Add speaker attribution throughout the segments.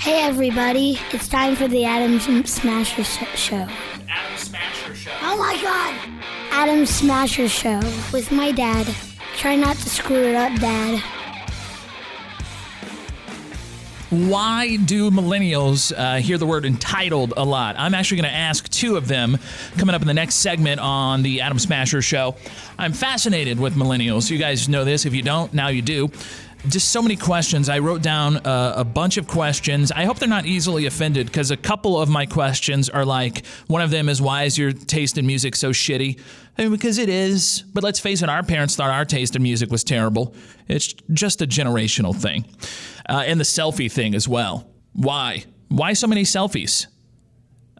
Speaker 1: Hey everybody, it's time for the Adam Smasher Sh- Show.
Speaker 2: Adam Smasher show.
Speaker 1: Oh my god! Adam Smasher Show with my dad. Try not to screw it up, dad.
Speaker 2: Why do millennials uh, hear the word entitled a lot? I'm actually going to ask two of them coming up in the next segment on the Adam Smasher show. I'm fascinated with millennials. You guys know this. If you don't, now you do. Just so many questions. I wrote down uh, a bunch of questions. I hope they're not easily offended because a couple of my questions are like one of them is why is your taste in music so shitty? I mean, because it is. But let's face it, our parents thought our taste in music was terrible. It's just a generational thing. Uh, and the selfie thing as well. Why? Why so many selfies?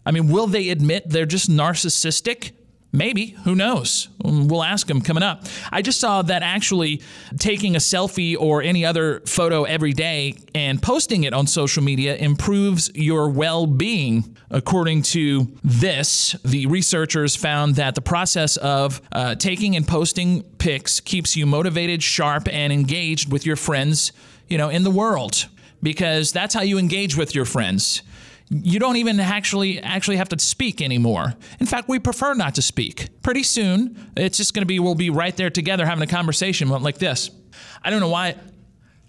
Speaker 2: I mean, will they admit they're just narcissistic? Maybe. Who knows? We'll ask them coming up. I just saw that actually taking a selfie or any other photo every day and posting it on social media improves your well being. According to this, the researchers found that the process of uh, taking and posting pics keeps you motivated, sharp, and engaged with your friends, you know, in the world, because that's how you engage with your friends you don't even actually actually have to speak anymore. In fact, we prefer not to speak. Pretty soon, it's just going to be we'll be right there together having a conversation like this. I don't know why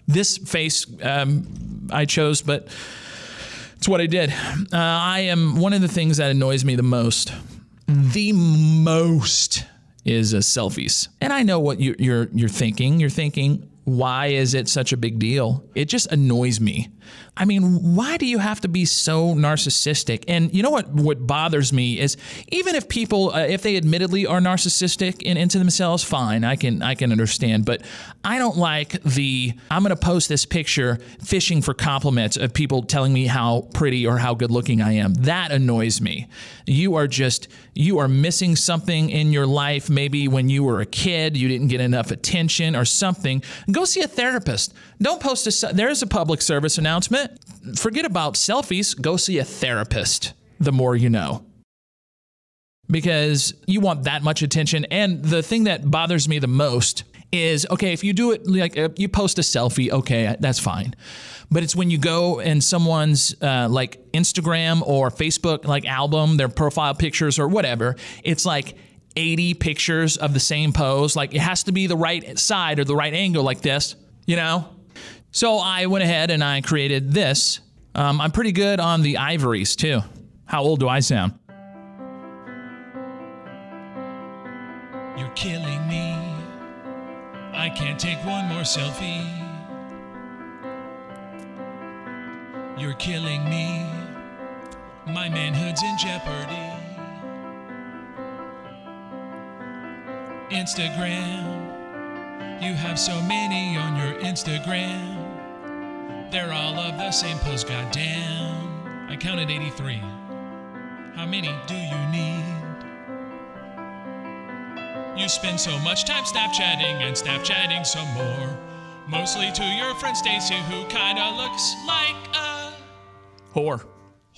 Speaker 2: this face um, I chose, but it's what I did. Uh, I am one of the things that annoys me the most. The most is uh, selfies, and I know what you, you're you're thinking. You're thinking, why is it such a big deal? It just annoys me. I mean, why do you have to be so narcissistic? And you know what what bothers me is even if people uh, if they admittedly are narcissistic and into themselves, fine, I can I can understand, but I don't like the I'm going to post this picture fishing for compliments of people telling me how pretty or how good looking I am. That annoys me. You are just you are missing something in your life maybe when you were a kid, you didn't get enough attention or something go see a therapist. Don't post a there's a public service announcement. Forget about selfies, go see a therapist. The more you know. Because you want that much attention and the thing that bothers me the most is okay if you do it like uh, you post a selfie okay that's fine but it's when you go in someone's uh, like instagram or facebook like album their profile pictures or whatever it's like 80 pictures of the same pose. Like it has to be the right side or the right angle, like this, you know? So I went ahead and I created this. Um, I'm pretty good on the ivories too. How old do I sound?
Speaker 3: You're killing me. I can't take one more selfie. You're killing me. My manhood's in jeopardy. Instagram. You have so many on your Instagram. They're all of the same pose, goddamn. I counted 83. How many do you need? You spend so much time Snapchatting and Snapchatting some more. Mostly to your friend Stacy, who kinda looks like a
Speaker 2: Whore.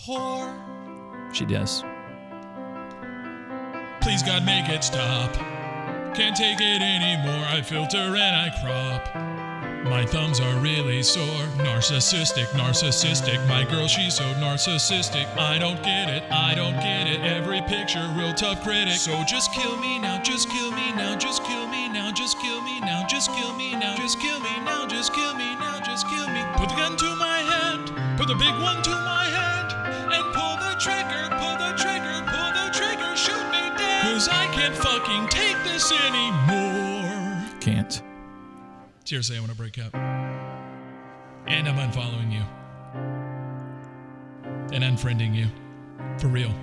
Speaker 3: whore.
Speaker 2: She does.
Speaker 3: Please God, make it stop. Can't take it anymore. I filter and I crop. My thumbs are really sore. Narcissistic, narcissistic. My girl, she's so narcissistic. I don't get it, I don't get it. Every picture, real tough critic. So just kill me now, just kill me now, just kill me now, just kill me now, just kill me now, just kill me now, just kill me now, just kill me. Put the gun to my head, put the big one to my head, and pull the trigger, pull the trigger, pull the trigger, shoot me dead. Cause I can't fucking take this anymore.
Speaker 2: Can't.
Speaker 3: Seriously, I want to break up. And I'm unfollowing you. And unfriending you. For real.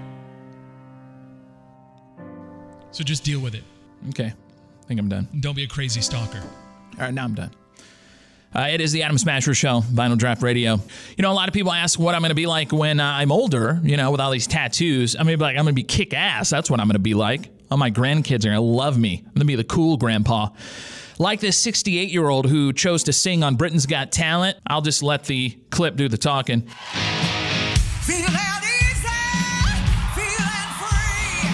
Speaker 3: So just deal with it.
Speaker 2: Okay. I think I'm done.
Speaker 3: Don't be a crazy stalker.
Speaker 2: All right, now I'm done. Uh, it is the Adam Smasher Show, Vinyl Draft Radio. You know, a lot of people ask what I'm going to be like when uh, I'm older, you know, with all these tattoos. I'm going to be like, I'm going to be kick ass. That's what I'm going to be like. All my grandkids are going to love me. I'm going to be the cool grandpa. Like this 68 year old who chose to sing on Britain's Got Talent, I'll just let the clip do the talking.
Speaker 4: Feel at ease, feeling free.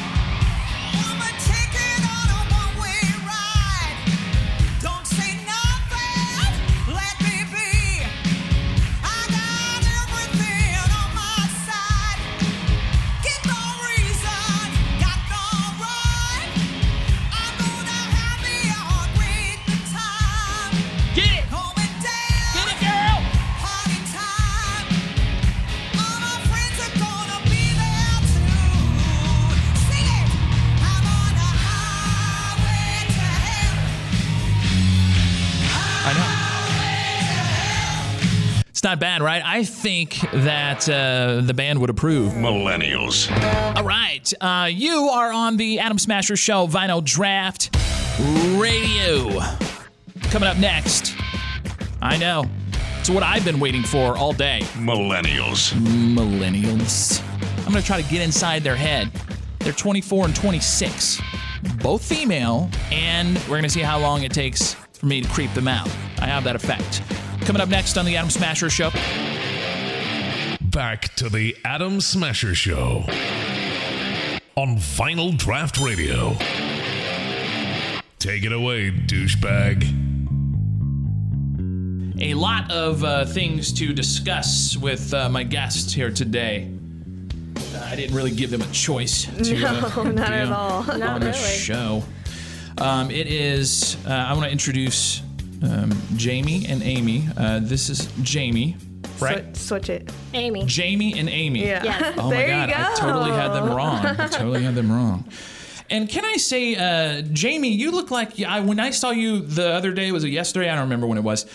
Speaker 4: Woman, take it on a one-way ride. Don't say nothing, let me be. I got everything
Speaker 2: I know. It's not bad, right? I think that uh, the band would approve.
Speaker 5: Millennials.
Speaker 2: All right. Uh, you are on the Adam Smasher Show Vinyl Draft Radio. Coming up next. I know. It's what I've been waiting for all day.
Speaker 5: Millennials.
Speaker 2: Millennials. I'm going to try to get inside their head. They're 24 and 26, both female, and we're going to see how long it takes for me to creep them out. I have that effect. Coming up next on the Adam Smasher Show.
Speaker 6: Back to the Adam Smasher Show on Final Draft Radio. Take it away, douchebag.
Speaker 2: a lot of uh, things to discuss with uh, my guests here today. I didn't really give them a choice. To, uh,
Speaker 7: not
Speaker 2: do
Speaker 7: at all.
Speaker 2: On
Speaker 7: Not
Speaker 2: this
Speaker 7: really.
Speaker 2: show, um, it is. Uh, I want to introduce um, Jamie and Amy. Uh, this is Jamie, right?
Speaker 7: Swi- switch it.
Speaker 1: Amy.
Speaker 2: Jamie and Amy.
Speaker 7: Yeah.
Speaker 1: Yes.
Speaker 2: Oh
Speaker 7: there
Speaker 2: my God!
Speaker 7: you go.
Speaker 2: I totally had them wrong. I totally had them wrong. And can I say, uh, Jamie, you look like I when I saw you the other day was it yesterday? I don't remember when it was.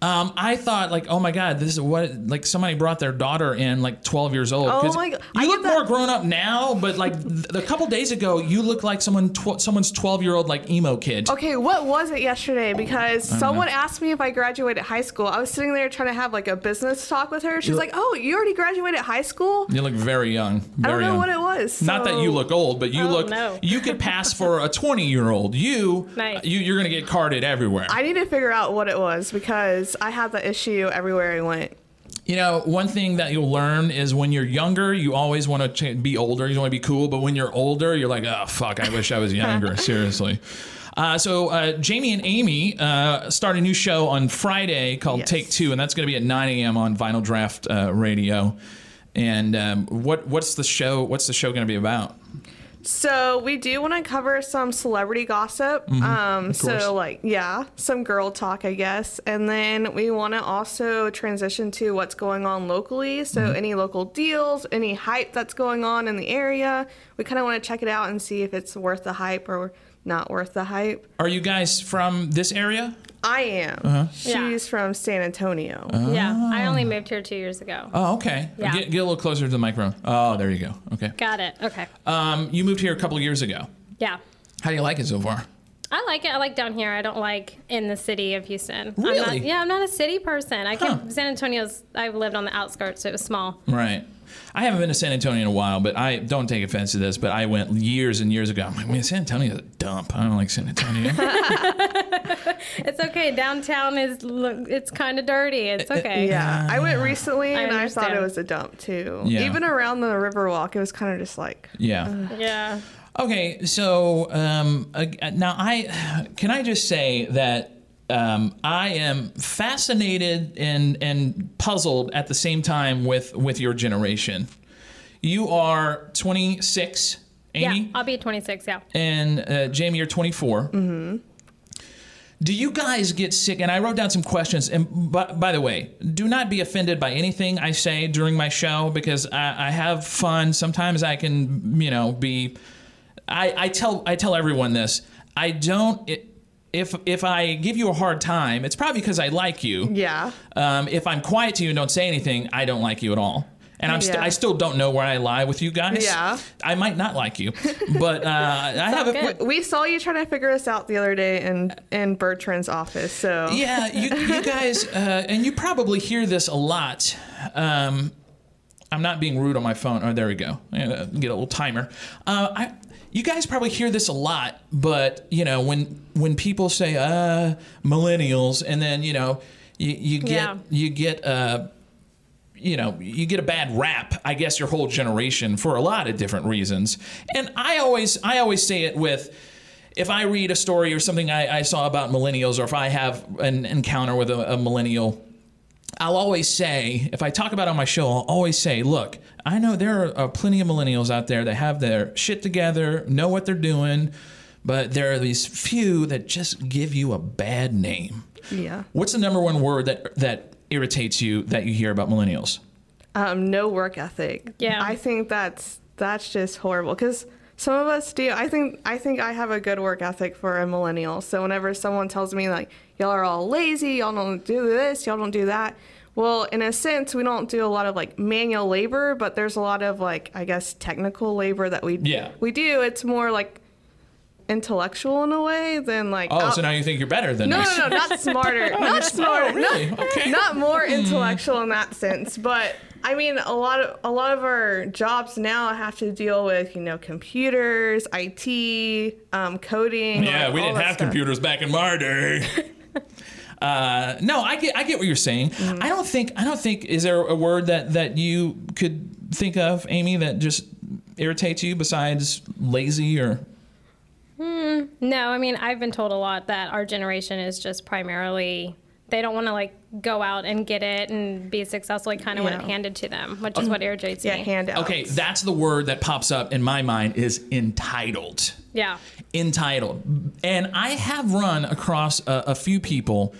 Speaker 2: Um, I thought like, oh my God, this is what like somebody brought their daughter in like 12 years old.
Speaker 7: Oh
Speaker 2: 'Cause
Speaker 7: my God.
Speaker 2: You
Speaker 7: I
Speaker 2: look
Speaker 7: get that-
Speaker 2: more grown up now, but like th- a couple days ago, you look like someone tw- someone's 12 year old like emo kid.
Speaker 7: Okay, what was it yesterday? Because someone asked me if I graduated high school. I was sitting there trying to have like a business talk with her. She's like, "Oh, you already graduated high school?"
Speaker 2: You look very young.
Speaker 7: I
Speaker 2: Very
Speaker 7: don't know
Speaker 2: young.
Speaker 7: what it was.
Speaker 2: Not that
Speaker 7: so-
Speaker 2: you look old, but you
Speaker 1: Oh,
Speaker 2: look
Speaker 1: no.
Speaker 2: you could pass for a 20 year old. You,
Speaker 1: Nice.
Speaker 2: you you're gonna get carded everywhere.
Speaker 7: I need to figure out what it was because I had the issue everywhere I went.
Speaker 2: You know, one thing that you'll learn is when you're younger, you always want to ch- be older. You want to be cool, but when you're older, you're like, oh fuck, I wish I was younger. Seriously. Uh, so uh, Jamie and Amy uh, start a new show on Friday called
Speaker 7: Yes.
Speaker 2: Take Two, and that's going to be at 9 a.m. on Vinyl Draft uh, Radio. And um, what what's the show? What's the show going to be about?
Speaker 7: So we do want to cover some celebrity gossip. um,
Speaker 2: Mm-hmm. course.
Speaker 7: so like yeah, some girl talk, I guess, and then we want to also transition to what's going on locally. So
Speaker 2: Mm-hmm.
Speaker 7: any local deals, any hype that's going on in the area, we kind of want to check it out and see if it's worth the hype or not worth the hype.
Speaker 2: Are you guys from this area?
Speaker 7: I am.
Speaker 2: Uh-huh.
Speaker 7: She's
Speaker 1: Yeah.
Speaker 7: from San Antonio.
Speaker 1: Yeah, I only moved here two years ago.
Speaker 2: Oh, okay.
Speaker 1: Yeah.
Speaker 2: Get, get a little closer to the microphone. Oh, there you go. Okay.
Speaker 1: Got it. Okay.
Speaker 2: Um, you moved here a couple years ago.
Speaker 1: yeah.
Speaker 2: How do you like it so far?
Speaker 1: I like it. I like down here. I don't like in the city of Houston. I'm
Speaker 2: Really?
Speaker 1: not, yeah, I'm not a city person. I
Speaker 2: Huh.
Speaker 1: came San Antonio's. I've lived on the outskirts. So it was small.
Speaker 2: Right. I haven't been to San Antonio in a while, but I don't take offense to this. But I went years and years ago. I'm like, man, San Antonio's a dump. I don't like San Antonio.
Speaker 1: It's okay. Downtown is. lo- It's kind of dirty. It's okay.
Speaker 7: Yeah, I went recently and I thought it
Speaker 1: understand.
Speaker 7: was a dump too.
Speaker 2: Yeah.
Speaker 7: Even around the Riverwalk, it was kind of just like
Speaker 2: yeah.
Speaker 1: Yeah.
Speaker 2: Okay. So um, uh, now I can I just say that um, I am fascinated and and puzzled at the same time with with your generation. You are 26, Amy.
Speaker 1: Yeah. I'll be 26. Yeah.
Speaker 2: and uh, Jamie, you're 24. Mm-hmm. Do you guys get sick? And I wrote down some questions. And by, by the way, do not be offended by anything I say during my show because I, I have fun. Sometimes I can, you know, be. I, I tell I tell everyone this. I don't. It, if if I give you a hard time, it's probably because I like you.
Speaker 7: yeah.
Speaker 2: Um, if I'm quiet to you and don't say anything, I don't like you at all. And I'm st-
Speaker 7: Yeah.
Speaker 2: I still don't know where I lie with you guys.
Speaker 7: Yeah.
Speaker 2: I might not like you, but uh, I have a.
Speaker 1: good.
Speaker 7: We saw you trying to figure us out the other day in in Bertrand's office. So
Speaker 2: Yeah, you, you guys, uh, and you probably hear this a lot. Um, I'm not being rude on my phone. Oh, there we go. I'm gonna get a little timer. Uh, I, you guys probably hear this a lot, but you know when when people say uh, millennials, and then you know you, you get
Speaker 1: Yeah.
Speaker 2: you get uh, you know you get a bad rap. I guess your whole generation for a lot of different reasons. And I always I always say it with if I read a story or something I, I saw about millennials, or if I have an encounter with a, a millennial, I'll always say, if I talk about it on my show, I'll always say, look, I know there are uh, plenty of millennials out there that have their shit together, know what they're doing, but there are these few that just give you a bad name.
Speaker 7: Yeah.
Speaker 2: What's the number one word that that irritates you that you hear about millennials?
Speaker 7: Um, no work ethic.
Speaker 1: Yeah.
Speaker 7: I think that's that's just horrible because Some of us do. I think I think I have a good work ethic for a millennial. So whenever someone tells me like y'all are all lazy, y'all don't do this, y'all don't do that. Well, in a sense, we don't do a lot of like manual labor, but there's a lot of like I guess technical labor that we
Speaker 2: Yeah.
Speaker 7: we do. It's more like intellectual in a way than like
Speaker 2: Oh,
Speaker 7: out-
Speaker 2: so now you think you're better than
Speaker 7: no,
Speaker 2: us?
Speaker 7: no, no, not smarter. not smarter.
Speaker 2: Oh, really? Hmm. Okay.
Speaker 7: Not more intellectual in that sense, but I mean a lot of a lot of our jobs now have to deal with, you know, computers, IT, um, coding.
Speaker 2: Yeah,
Speaker 7: like,
Speaker 2: we
Speaker 7: all
Speaker 2: didn't
Speaker 7: that
Speaker 2: have
Speaker 7: stuff.
Speaker 2: computers back in my day. Uh, no, I get I get what you're saying.
Speaker 7: Mm-hmm.
Speaker 2: I don't think I don't think is there a word that that you could think of, Amy, that just irritates you besides lazy or
Speaker 8: No, I mean, I've been told a lot that our generation is just primarily they don't want to like go out and get it and be successful. They kind of want it
Speaker 7: Yeah.
Speaker 8: handed to them, which is what irritates
Speaker 7: Yeah,
Speaker 8: me.
Speaker 7: handouts.
Speaker 2: okay? That's the word that pops up in my mind is entitled.
Speaker 8: yeah.
Speaker 2: entitled. And I have run across a, a few people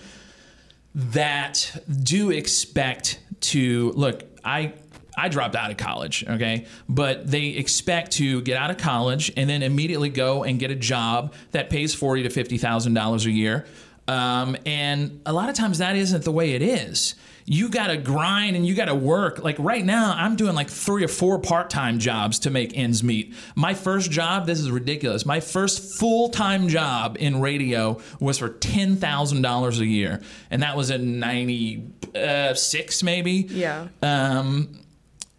Speaker 2: that do expect to look, I I dropped out of college, okay? But they expect to get out of college and then immediately go and get a job that pays forty to fifty thousand dollars a year. Um, and a lot of times that isn't the way it is. You gotta grind and you gotta work. Like right now, I'm doing like three or four part time jobs to make ends meet. My first job, this is ridiculous. My first full time job in radio was for $10,000 a year. And that was in 96, maybe.
Speaker 7: Yeah.
Speaker 2: Um,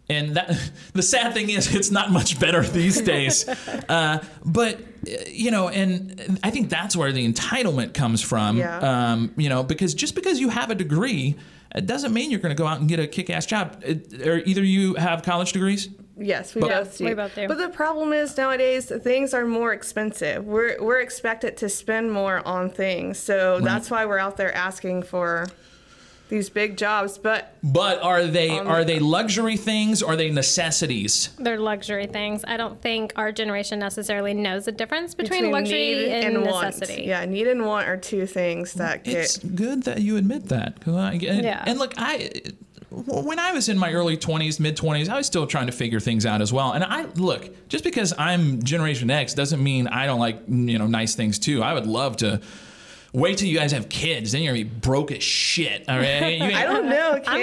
Speaker 2: and that the sad thing is, it's not much better these days. uh, but uh, you know, and I think that's where the entitlement comes from.
Speaker 7: Yeah.
Speaker 2: Um, you know, because just because you have a degree, it doesn't mean you're going to go out and get a kick-ass job. It, or either you have college degrees.
Speaker 7: Yes, we
Speaker 8: Yeah,
Speaker 7: both do.
Speaker 8: we both do.
Speaker 7: But the problem is nowadays things are more expensive. We're we're expected to spend more on things, so that's why we're out there asking for these big jobs. But
Speaker 2: But are they are they luxury things? Are they necessities?
Speaker 8: They're luxury things. I don't think our generation necessarily knows the difference between, luxury
Speaker 7: need
Speaker 8: and,
Speaker 7: want.
Speaker 8: necessity.
Speaker 7: Yeah, need and want are two things that
Speaker 2: It's
Speaker 7: get.
Speaker 2: good that you admit that. 'cause I- and,
Speaker 8: Yeah.
Speaker 2: and look, I when I was in my early 20s, mid 20s, I was still trying to figure things out as well. And I look, just because I'm Generation X doesn't mean I don't like, you know, nice things too. I would love to wait till you guys have kids, then you're going to be broke as shit. All right? You ain't-
Speaker 7: I don't know, kids.
Speaker 8: I'm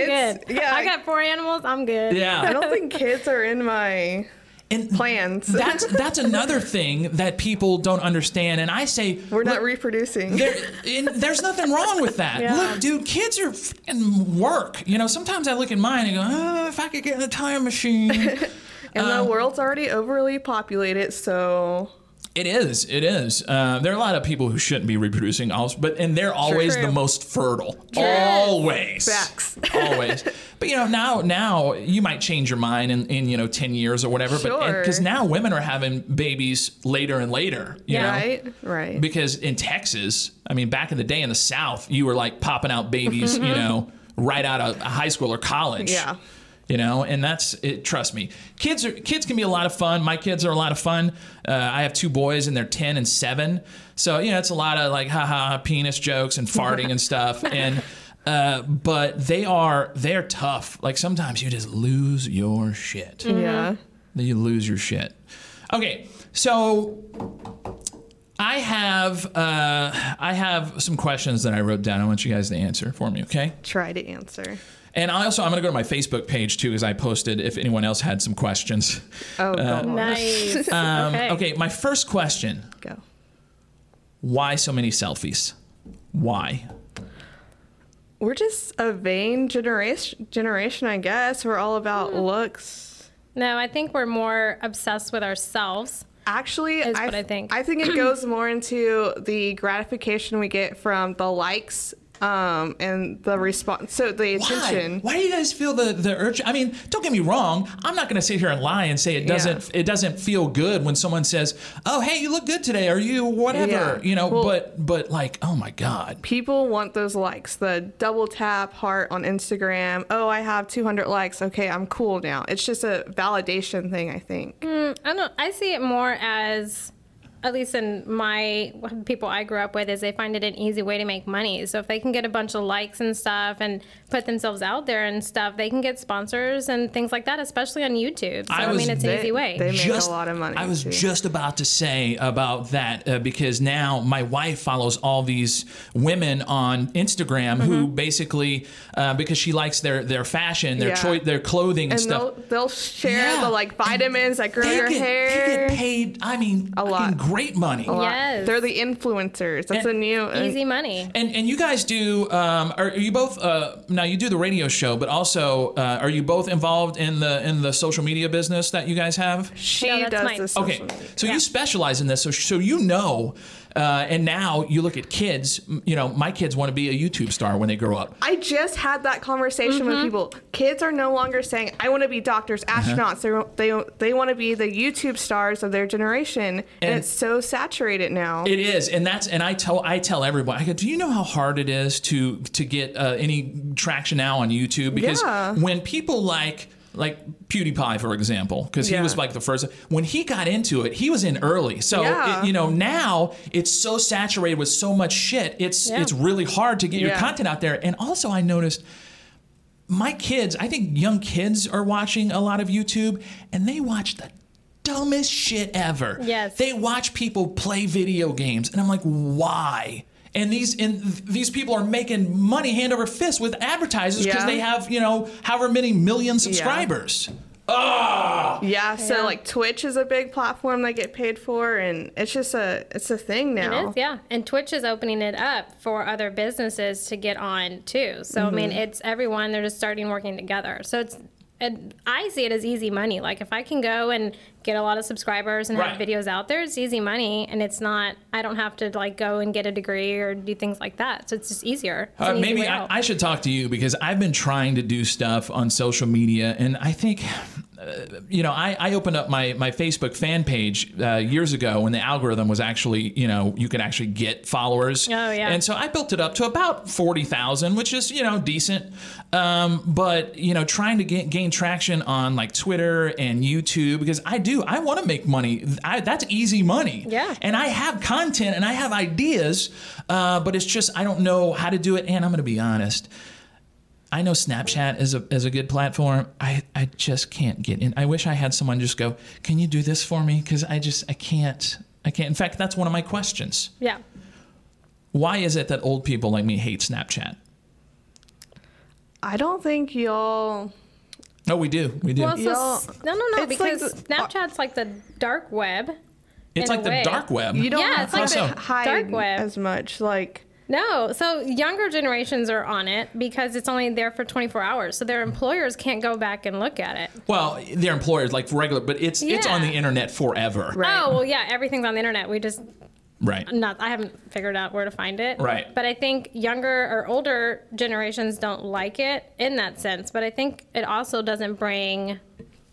Speaker 8: good.
Speaker 7: Yeah,
Speaker 8: I got four animals. I'm good.
Speaker 7: I
Speaker 2: yeah.
Speaker 7: don't think kids are in my
Speaker 2: And
Speaker 7: plans.
Speaker 2: that's that's another thing that people don't understand and I say
Speaker 7: We're not
Speaker 2: look,
Speaker 7: reproducing.
Speaker 2: there, and there's nothing wrong with that.
Speaker 8: Yeah.
Speaker 2: Look, dude, kids are fucking work. You know, sometimes I look at mine and go, oh, if I could get in a time machine.
Speaker 7: and
Speaker 2: um,
Speaker 7: the world's already overly populated, so
Speaker 2: it is, it is. Uh, there are a lot of people who shouldn't be reproducing, also, but and they're always
Speaker 7: True.
Speaker 2: the most fertile. Always.
Speaker 7: Facts.
Speaker 2: always. But you know, now now you might change your mind in, in you know ten years or whatever. But
Speaker 7: Sure.
Speaker 2: because now women are having babies later and later. You know?
Speaker 7: right, right.
Speaker 2: because in Texas, I mean, back in the day in the South, you were like popping out babies, you know, right out of high school or college.
Speaker 7: Mm-hmm. Yeah.
Speaker 2: You know, and that's it. Trust me, kids are kids can be a lot of fun. My kids are a lot of fun. Uh, I have two boys, and they're ten and seven. So you know, it's a lot of like haha penis jokes and farting and stuff. And uh, but they are they're tough. Like sometimes you just lose your shit
Speaker 7: yeah.
Speaker 8: Mm-hmm.
Speaker 2: then you lose your shit. Okay, so I have uh, I have some questions that I wrote down. I want you guys to answer for me, okay?
Speaker 7: Try to answer.
Speaker 2: And I also I'm gonna go to my Facebook page too, because I posted if anyone else had some questions.
Speaker 7: Oh, go
Speaker 2: Uh,
Speaker 7: on.
Speaker 8: Nice. okay.
Speaker 2: Okay, my first question:
Speaker 7: Go.
Speaker 2: Why so many selfies? Why?
Speaker 7: We're just a vain generation. Generation, I guess. We're all about
Speaker 8: Mm.
Speaker 7: looks.
Speaker 8: No, I think we're more obsessed with ourselves.
Speaker 7: Actually,
Speaker 8: Is
Speaker 7: I,
Speaker 8: what I think.
Speaker 7: I think it goes more into the gratification we get from the likes um, and the response. So the
Speaker 2: Why?
Speaker 7: attention.
Speaker 2: Why do you guys feel the, the urge? I mean, don't get me wrong. I'm not going to sit here and lie and say it doesn't it doesn't feel good when someone says, "Oh, hey, you look good today," or "You whatever,"
Speaker 7: Yeah.
Speaker 2: you know.
Speaker 7: Well-
Speaker 2: but but like, oh my god,
Speaker 7: People want those likes, the double tap heart on Instagram. Oh, I have 200 likes. Okay, I'm cool now. It's just a validation thing, I think.
Speaker 8: I don't. I see it more as at least in my people I grew up with, is they find it an easy way to make money. So if they can get a bunch of likes and stuff and put themselves out there and stuff, they can get sponsors and things like that, especially on YouTube. So
Speaker 2: I
Speaker 8: I,
Speaker 2: was-
Speaker 8: mean, it's
Speaker 7: They-
Speaker 8: an easy way.
Speaker 7: they make a lot of money,
Speaker 2: I was
Speaker 7: too.
Speaker 2: just about to say about that uh, because now my wife follows all these women on Instagram who
Speaker 7: Mm-hmm.
Speaker 2: basically uh, because she likes their their fashion, their
Speaker 7: Yeah.
Speaker 2: choi- their clothing and,
Speaker 7: and
Speaker 2: stuff.
Speaker 7: they'll they'll share
Speaker 2: Yeah.
Speaker 7: the like vitamins that grow
Speaker 2: They
Speaker 7: your
Speaker 2: get, they
Speaker 7: hair.
Speaker 2: get paid. I mean, a
Speaker 7: lot.
Speaker 2: great money.
Speaker 7: A lot.
Speaker 8: Yes.
Speaker 7: They're the influencers. That's
Speaker 2: And-
Speaker 7: a new
Speaker 8: easy money.
Speaker 2: And and you guys do? Um, are, are you both? Uh, now you do the radio show, but also uh, are you both involved in the in the social media business that you guys have?
Speaker 7: She
Speaker 8: No, that's
Speaker 7: does
Speaker 8: mine.
Speaker 7: the
Speaker 2: Okay,
Speaker 7: social media.
Speaker 2: so you specialize in this, so so you know, uh, and now you look at kids. m- You know, my kids want to be a YouTube star when they grow up.
Speaker 7: I just had that conversation
Speaker 8: Mm-hmm.
Speaker 7: with people. Kids are no longer saying, "I want to be doctors,
Speaker 8: Uh-huh.
Speaker 7: astronauts." They They they want to be the YouTube stars of their generation, and,
Speaker 2: And-
Speaker 7: it's so saturated now.
Speaker 2: It is, and that's and I tell I tell everyone. I go, do you know how hard it is to to get uh, any traction now on YouTube? Because
Speaker 7: Yeah.
Speaker 2: when people like like PewDiePie, for example, because he
Speaker 7: Yeah.
Speaker 2: was like the first when he got into it, he was in early. So
Speaker 7: Yeah.
Speaker 2: it, you know now it's so saturated with so much shit. It's
Speaker 8: Yeah.
Speaker 2: it's really hard to get your
Speaker 7: Yeah.
Speaker 2: content out there. And also, I noticed. My kids, I think young kids are watching a lot of YouTube and they watch the dumbest shit ever.
Speaker 8: Yes.
Speaker 2: They watch people play video games, and I'm like, why? And these and th- these people are making money hand over fist with advertisers because
Speaker 7: Yeah.
Speaker 2: they have you know however many million subscribers. Ah,
Speaker 7: yeah, so
Speaker 8: Yeah.
Speaker 7: like Twitch is a big platform they get paid for, and it's just a it's a thing
Speaker 8: It
Speaker 7: now.
Speaker 8: is, yeah. And Twitch is opening it up for other businesses to get on too. So I
Speaker 7: Mm-hmm.
Speaker 8: mean, it's everyone. They're just starting working together. So it's. And I see it as easy money. Like if I can go and get a lot of subscribers and have
Speaker 2: Right.
Speaker 8: videos out there, it's easy money, and it's not. I don't have to like go and get a degree or do things like that. So it's just easier. It's
Speaker 2: Uh,
Speaker 8: an easy
Speaker 2: maybe
Speaker 8: way
Speaker 2: I,
Speaker 8: out.
Speaker 2: I should talk to you because I've been trying to do stuff on social media, and I think. uh, You know, I, I opened up my, my Facebook fan page uh, years ago when the algorithm was actually, you know, you could actually get followers.
Speaker 8: Oh, yeah.
Speaker 2: And so I built it up to about 40,000, which is, you know, decent. Um, but, you know, trying to get, gain traction on like Twitter and YouTube, because I do, I want to make money. I, that's easy money.
Speaker 8: Yeah.
Speaker 2: And I have content and I have ideas, uh, but it's just, I don't know how to do it. And I'm going to be honest. I know Snapchat is a, is a good platform. I, I just can't get in. I wish I had someone just go, can you do this for me? Because I just, I can't. I can't. In fact, that's one of my questions
Speaker 8: yeah.
Speaker 2: why is it that old people like me hate Snapchat?
Speaker 7: I don't think y'all.
Speaker 2: No, we do. We do.
Speaker 8: Well, so,
Speaker 7: Y'all-
Speaker 8: s- no, no, no,
Speaker 7: it's like
Speaker 8: because
Speaker 7: the- uh
Speaker 8: Snapchat's like the dark web.
Speaker 2: it's
Speaker 8: in a
Speaker 2: like the
Speaker 8: way.
Speaker 2: dark web.
Speaker 7: You don't
Speaker 8: Yeah,
Speaker 7: have
Speaker 8: it's like
Speaker 7: to
Speaker 2: the
Speaker 7: hide
Speaker 8: dark web.
Speaker 7: as much. Like
Speaker 8: No, so younger generations are on it because it's only there for 24 hours. So their employers can't go back and look at it.
Speaker 2: well, their employers like regular, but it's it's
Speaker 8: Yeah.
Speaker 2: on the internet forever. Right.
Speaker 8: Oh, well, yeah, everything's on the internet. We just
Speaker 2: Right.
Speaker 8: not I haven't figured out where to find it.
Speaker 2: Right.
Speaker 8: But I think younger or older generations don't like it in that sense, but I think it also doesn't bring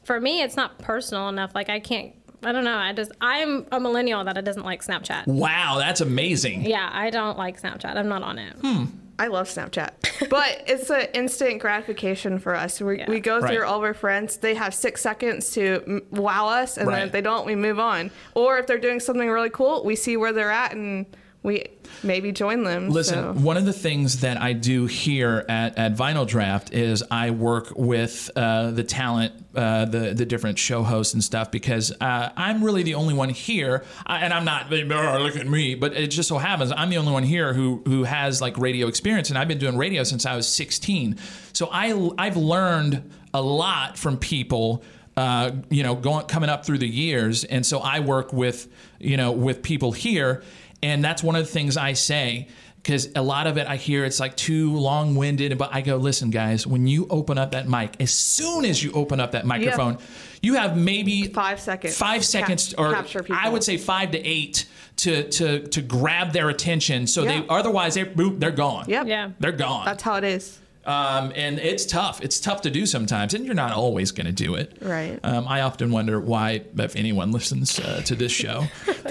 Speaker 8: for me it's not personal enough like I can't I don't know. I just I'm a millennial that it doesn't like Snapchat.
Speaker 2: Wow, that's amazing.
Speaker 8: Yeah, I don't like Snapchat. I'm not on it.
Speaker 2: Hmm.
Speaker 7: I love Snapchat, but it's an instant gratification for us. We,
Speaker 8: Yeah.
Speaker 7: we go through
Speaker 2: Right.
Speaker 7: all of our friends. They have six seconds to m- wow us, and then
Speaker 2: Right.
Speaker 7: if they don't, we move on. Or if they're doing something really cool, we see where they're at, and we maybe join them.
Speaker 2: Listen,
Speaker 7: so.
Speaker 2: one of the things that I do here at, at Vinyl Draft is I work with uh, the talent, uh, the the different show hosts and stuff because uh, I'm really the only one here, I, and I'm not "Oh, look at me, but it just so happens I'm the only one here who who has like radio experience, and I've been doing radio since I was 16, so I I've learned a lot from people uh, you know, going coming up through the years, and so I work with you know with people here, and that's one of the things I say because a lot of it I hear it's like too long winded, but I go, listen, guys, when you open up that mic, as soon as you open up that microphone, you have maybe
Speaker 7: Five seconds.
Speaker 2: five
Speaker 7: Cap-
Speaker 2: seconds, or
Speaker 7: capture people.
Speaker 2: I would say five to eight. To, to, to grab their attention so
Speaker 7: Yeah.
Speaker 2: they otherwise they're boop, they're gone
Speaker 7: Yep.
Speaker 8: Yeah.
Speaker 2: they're gone
Speaker 7: That's how it is.
Speaker 2: um, and it's tough. It's tough to do sometimes, and you're not always going to do it.
Speaker 7: Right.
Speaker 2: Um, I often wonder why, if anyone listens uh, to this show.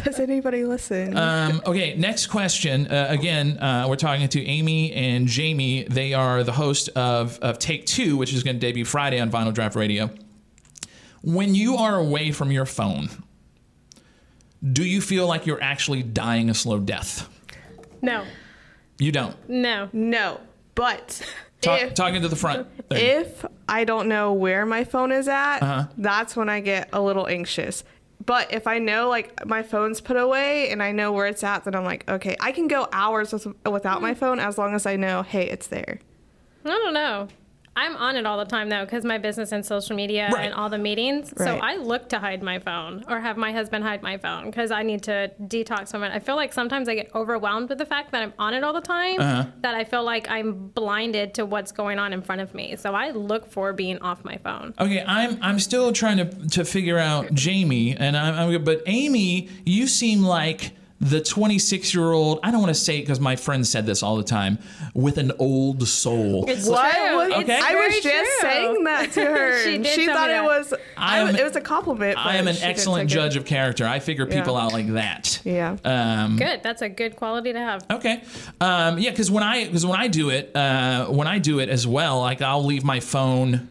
Speaker 7: Does anybody listen?
Speaker 2: Um, okay, next question. Uh, again, uh, we're talking to Amy and Jamie. They are the host of, of Take Two, which is going to debut Friday on Vinyl Draft Radio. When you are away from your phone, Do you feel like you're actually dying a slow death?
Speaker 8: No,
Speaker 2: You don't.
Speaker 8: no.
Speaker 7: No, but
Speaker 2: Talk,
Speaker 7: if,
Speaker 2: talking to the front. There you Uh-huh. go.
Speaker 7: if I don't know where my phone is at, that's when I get a little anxious. But if I know like my phone's put away and I know where it's at, then I'm like, okay, I can go hours with, without my phone as long as I know, hey, it's there.
Speaker 8: I don't know. I'm on it all the time though, because my business and social media
Speaker 2: Right.
Speaker 8: and all the meetings. So I
Speaker 7: Right.
Speaker 8: look to hide my phone or have my husband hide my phone because I need to detox from it. I feel like sometimes I get overwhelmed with the fact that I'm on it all the time, that I feel like I'm blinded to what's going on in front of me. So I look for being off my phone.
Speaker 2: Okay, I'm I'm still trying to to figure out Jamie, and I'm, I'm but Amy, you seem like the 26 year old. I don't want to say it because my friend said this all the time with an old soul.
Speaker 7: What? Was-
Speaker 8: It's
Speaker 2: Okay.
Speaker 7: I
Speaker 8: very
Speaker 7: was just
Speaker 8: true.
Speaker 7: saying that to her.
Speaker 8: She
Speaker 7: and
Speaker 8: did
Speaker 7: she
Speaker 8: tell me
Speaker 7: thought it
Speaker 8: that.
Speaker 7: was.
Speaker 2: I
Speaker 7: I was-
Speaker 2: am-
Speaker 7: it was a compliment.
Speaker 2: I am
Speaker 7: but
Speaker 2: an
Speaker 7: she didn't
Speaker 2: excellent
Speaker 7: take it.
Speaker 2: judge of character. I figure people
Speaker 7: Yeah.
Speaker 2: out like that.
Speaker 7: Yeah.
Speaker 2: Um,
Speaker 8: Good. That's a good quality to have.
Speaker 2: Okay. Um, yeah, because when I because when I do it, uh, when I do it as well, like I'll leave my phone.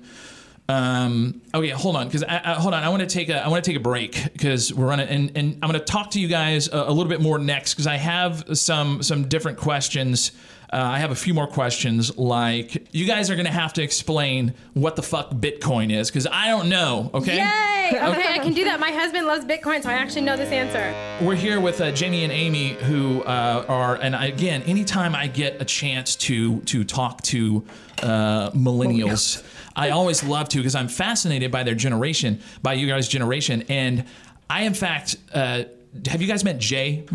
Speaker 2: Um, okay, hold on, because I, I, hold on, I want to take a I want to take a break because we're running, and, and I'm going to talk to you guys a, a little bit more next because I have some some different questions. Uh, I have a few more questions. Like you guys are going to have to explain what the fuck Bitcoin is because I don't know. Okay.
Speaker 8: Yay! Okay, I can do that. My husband loves Bitcoin, so I actually know this answer.
Speaker 2: We're here with uh, Jenny and Amy, who uh, are, and I, again, anytime I get a chance to to talk to uh,
Speaker 7: Oh,
Speaker 2: millennials, I always love to because I'm fascinated by their generation, by you guys' generation, and I, in fact, uh, have you guys met Jay?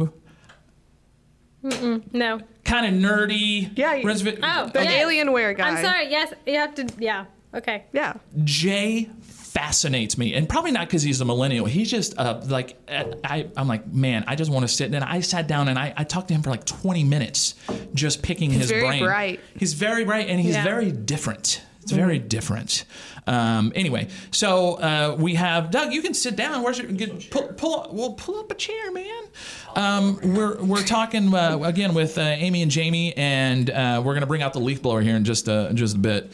Speaker 8: No.
Speaker 2: Kind of nerdy.
Speaker 7: Yeah, you-
Speaker 2: reserva-
Speaker 8: Oh,
Speaker 7: The
Speaker 8: yes.
Speaker 7: Alienware guy.
Speaker 8: I'm sorry. Yes, you have to. Yeah. Okay.
Speaker 7: Yeah.
Speaker 2: Jay fascinates me, and probably not because he's a millennial. He's just uh, like uh, I, I'm like, man, I just want to sit. And I sat down and I, I talked to him for like 20 minutes, just picking his
Speaker 7: very
Speaker 2: brain.
Speaker 7: bright.
Speaker 2: He's very bright, and he's
Speaker 8: Yeah. Mm-hmm.
Speaker 2: very different. It's very different. Um, anyway, so uh, we have Doug. You can sit down. Where's your get, pull, pull up, well pull up a chair, man. Um, we're we're talking uh, again with uh, Amy and Jamie, and uh, we're gonna bring out the leaf blower here in just a just a bit.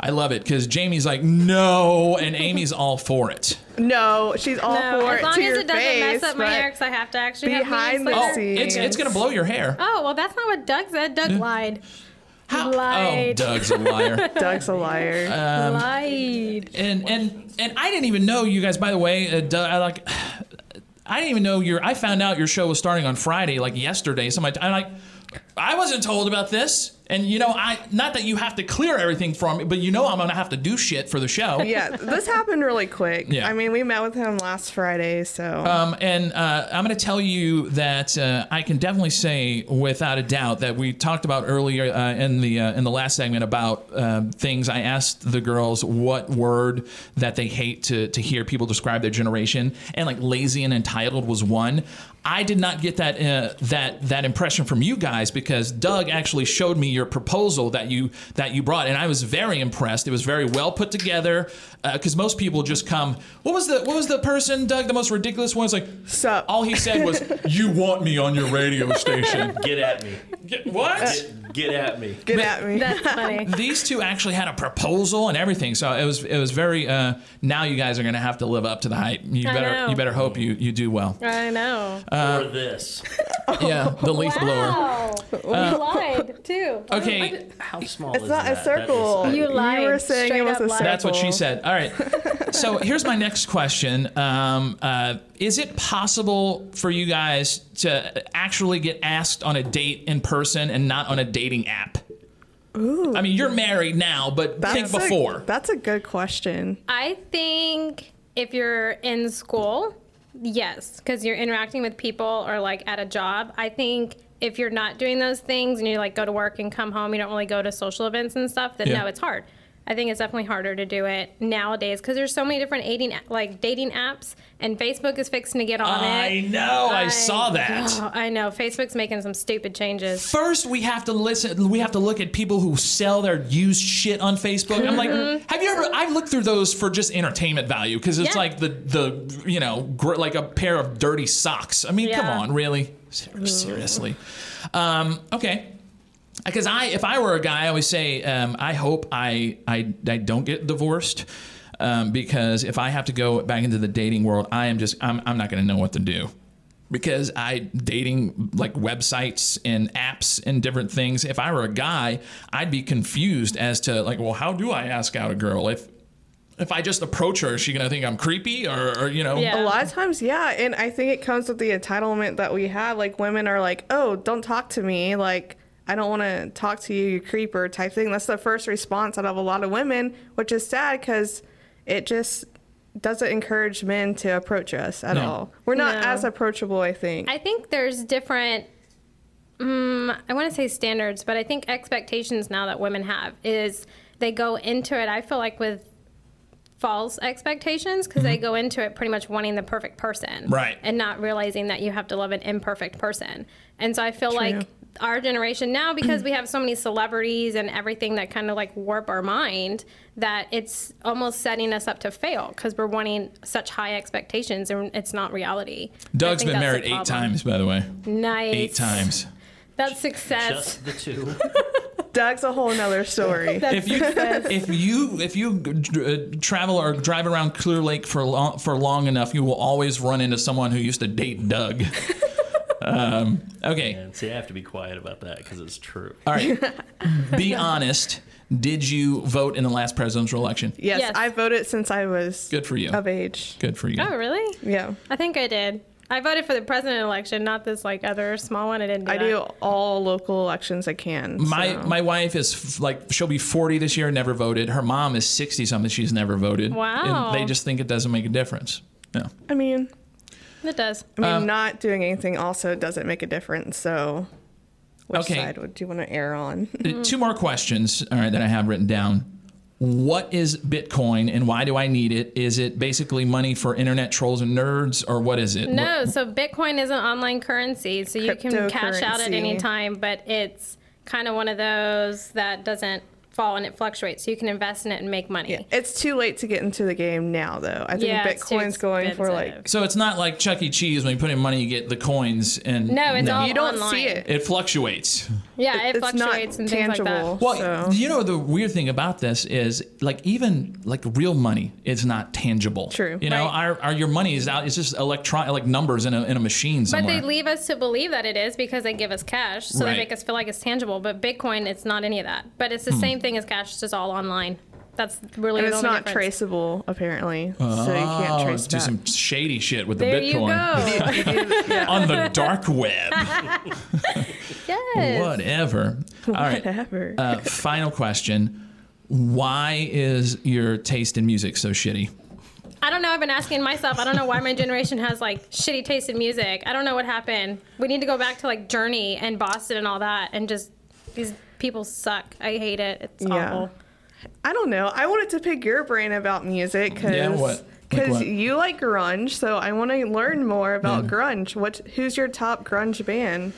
Speaker 2: I love it because Jamie's like no, and Amy's all for it.
Speaker 7: No, she's all
Speaker 8: No,
Speaker 7: for
Speaker 8: as
Speaker 7: it
Speaker 8: long
Speaker 7: to
Speaker 8: as
Speaker 7: your
Speaker 8: it doesn't
Speaker 7: face.
Speaker 8: mess up my
Speaker 7: but-
Speaker 8: hair, because I have to actually
Speaker 7: Behind
Speaker 8: have
Speaker 7: the
Speaker 8: meetings later.
Speaker 7: scenes.
Speaker 2: Oh, It's it's gonna blow your hair.
Speaker 8: Oh well, that's not what Doug said. Doug lied.
Speaker 2: oh,
Speaker 8: lied.
Speaker 2: Doug's a liar.
Speaker 7: Doug's a liar.
Speaker 2: Uh,
Speaker 8: lied.
Speaker 2: and and and I didn't even know you guys. By the way, uh, Doug, I like. I didn't even know your. I found out your show was starting on Friday, like yesterday. Somebody, I'm like, I wasn't told about this. And you know, I not that you have to clear everything from me, but you know, I'm gonna have to do shit for the show.
Speaker 7: yeah, this happened really quick.
Speaker 2: Yeah.
Speaker 7: I mean, we met with him last Friday, so
Speaker 2: Um, and uh, I'm going to tell you that uh, I can definitely say, without a doubt, that we talked about earlier uh, in the uh, in the last segment about um things. I asked the girls what word that they hate to to hear people describe their generation, and like lazy and entitled was one. I did not get that uh, that that impression from you guys because Doug actually showed me your proposal that you that you brought, and I was very impressed. It was very well put together because most people just come. What was the what was the person Doug the most ridiculous one? It's like
Speaker 7: Sup.
Speaker 2: all he said was "You want me on your radio station."
Speaker 9: Get at me.
Speaker 2: Get- what?
Speaker 9: Get at me.
Speaker 7: get at me.
Speaker 8: That's funny.
Speaker 2: These two actually had a proposal and everything, so it was it was very. Uh, now you guys are going to have to live up to the hype. You
Speaker 8: I
Speaker 2: better
Speaker 8: know.
Speaker 2: you better hope you you do well.
Speaker 8: I know.
Speaker 9: or this.
Speaker 2: yeah, the leaf blower.
Speaker 8: wow. you lied too.
Speaker 2: Uh, Okay,
Speaker 9: How small
Speaker 7: It's
Speaker 9: is
Speaker 7: not
Speaker 9: that?
Speaker 7: a circle.
Speaker 9: That is-
Speaker 8: You lied.
Speaker 7: were saying
Speaker 8: Straight
Speaker 7: it was
Speaker 8: up
Speaker 7: a
Speaker 8: lied.
Speaker 7: circle.
Speaker 2: That's what she said. All right. so here's my next question: um, uh, Is it possible for you guys to actually get asked on a date in person and not on a dating app? Ooh. I mean, you're married now, but think
Speaker 7: a-
Speaker 2: before.
Speaker 7: that's a good question.
Speaker 8: I think if you're in school, yes, because you're interacting with people or like at a job. I think if you're not doing those things and you like go to work and come home, you don't really go to social events and stuff, then
Speaker 2: Yeah.
Speaker 8: no, it's hard. I think it's definitely harder to do it nowadays because there's so many different dating like dating apps, and Facebook is fixing to get on
Speaker 2: I
Speaker 8: it.
Speaker 2: know. I, saw that.
Speaker 8: Oh, I know Facebook's making some stupid changes.
Speaker 2: First, we have to listen. We have to look at people who sell their used shit on Facebook. I'm like, have you ever? I looked through those for just entertainment value because it's
Speaker 8: Mm-hmm. Yeah.
Speaker 2: like the the you know gr- like a pair of dirty socks. I mean, come
Speaker 8: Yeah. Mm-hmm.
Speaker 2: on, really? Ser- Seriously? Um, okay. Because I, if I were a guy, I always say, um, I hope I, I, I don't get divorced. Um, because if I have to go back into the dating world, I am just, I'm, I'm not going to know what to do. because I dating like websites and apps and different things. If I were a guy, I'd be confused as to like, well, how do I ask out a girl? If if I just approach her, is she gonna think I'm creepy or, or you know?
Speaker 8: Yeah.
Speaker 7: A lot of times, yeah. And I think it comes with the entitlement that we have. Like, women are like, oh, don't talk to me. Like, I don't want to talk to you, you creeper type thing. That's the first response out of a lot of women, which is sad because it just doesn't encourage men to approach us at
Speaker 2: No.
Speaker 7: all. We're not
Speaker 8: No.
Speaker 7: as approachable, I think.
Speaker 8: I think there's different. Um, I want to say standards, but I think expectations now that women have is they go into it. I feel like with false expectations because they go into it pretty much wanting the perfect person,
Speaker 2: Mm-hmm. Right.
Speaker 8: and not realizing that you have to love an imperfect person. And so I feel like our generation now, because we have so many celebrities and everything that kind of like warp our mind, that it's almost setting us up to fail because we're wanting such high expectations and it's not reality.
Speaker 2: Doug's
Speaker 8: I think
Speaker 2: been
Speaker 8: that's
Speaker 2: married
Speaker 8: the
Speaker 2: eight
Speaker 8: problem.
Speaker 2: times, by the way.
Speaker 8: Nice.
Speaker 2: Eight times.
Speaker 8: That's success.
Speaker 9: Just the two.
Speaker 7: Doug's a whole nother story.
Speaker 2: If you if you if you uh, travel or drive around Clear Lake for long, for long enough, you will always run into someone who used to date Doug. um, okay.
Speaker 9: And see, I have to be quiet about that because it's true.
Speaker 2: All right. Be honest. Did you vote in the last presidential election?
Speaker 7: yes,
Speaker 8: Yes.
Speaker 7: I voted since I was
Speaker 2: Good for you.
Speaker 7: of age.
Speaker 2: Good for you.
Speaker 8: oh, really?
Speaker 7: Yeah.
Speaker 8: I think I did. I voted for the president election, not this like other small one. I didn't. Do
Speaker 7: I
Speaker 8: that.
Speaker 7: do all local elections I can.
Speaker 2: My
Speaker 7: so.
Speaker 2: my wife is f- like she'll be 40 this year, never voted. Her mom is 60 something, she's never voted.
Speaker 8: Wow.
Speaker 2: And they just think it doesn't make a difference. No.
Speaker 7: I mean,
Speaker 8: It does.
Speaker 7: I mean,
Speaker 2: um,
Speaker 7: not doing anything also doesn't make a difference. So, which
Speaker 2: Okay.
Speaker 7: side would you want to err on?
Speaker 2: Uh, Two more questions, all right, that I have written down. What is Bitcoin and why do I need it? Is it basically money for internet trolls and nerds or what is it? What-
Speaker 8: No, Oh, so Bitcoin is an online currency, so you can cash out at any
Speaker 7: Cryptocurrency.
Speaker 8: time, but it's kind of one of those that doesn't fall and it fluctuates. So you can invest in it and make money.
Speaker 7: it's too late to get into the game now, though. I think
Speaker 8: Yeah, it's too
Speaker 7: Bitcoin's going for like
Speaker 8: expensive.
Speaker 2: So it's not like Chuck E. Cheese when you put in money, you get the coins and
Speaker 8: No, it's all
Speaker 7: you don't
Speaker 8: online.
Speaker 7: see it.
Speaker 2: it fluctuates.
Speaker 8: Yeah, it,
Speaker 7: it's not
Speaker 8: fluctuates and things like
Speaker 7: tangible.
Speaker 8: that.
Speaker 2: Well,
Speaker 7: so.
Speaker 2: you know the weird thing about this is like even like real money is not tangible.
Speaker 7: True.
Speaker 2: You know,
Speaker 8: Right.
Speaker 2: our, our your money is out. It's just electron like numbers in a in a machine
Speaker 8: But
Speaker 2: somewhere.
Speaker 8: they leave us to believe that it is because they give us cash, so
Speaker 2: Right.
Speaker 8: they make us feel like it's tangible. But Bitcoin, it's not any of that. But it's the same thing as cash, it's just all online. That's really
Speaker 7: And
Speaker 8: the
Speaker 7: it's
Speaker 8: only
Speaker 7: not
Speaker 8: difference.
Speaker 7: traceable apparently, so you can't
Speaker 2: Oh,
Speaker 7: trace
Speaker 2: do
Speaker 7: back.
Speaker 2: some shady shit with
Speaker 8: There
Speaker 2: the
Speaker 8: you
Speaker 2: Bitcoin
Speaker 8: go.
Speaker 2: on the dark web.
Speaker 8: yes.
Speaker 2: Whatever. All right.
Speaker 7: Whatever.
Speaker 2: Uh, final question: Why is your taste in music so shitty?
Speaker 8: I don't know. I've been asking myself. I don't know why my generation has like shitty taste in music. I don't know what happened. We need to go back to like Journey and Boston and all that, and just these people suck. I hate it. It's
Speaker 7: Yeah.
Speaker 8: awful.
Speaker 7: I don't know. I wanted to pick your brain about music because
Speaker 2: Yeah, what? Like what?
Speaker 7: you like grunge, so I want to learn more about grunge. What? Who's your top grunge band?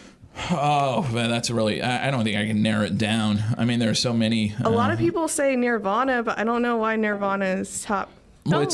Speaker 2: Oh, man, that's really. I, I don't think I can narrow it down. I mean, there are so many. uh,
Speaker 7: A lot
Speaker 2: Mm-hmm.
Speaker 7: of people say Nirvana, but I don't know why Nirvana's top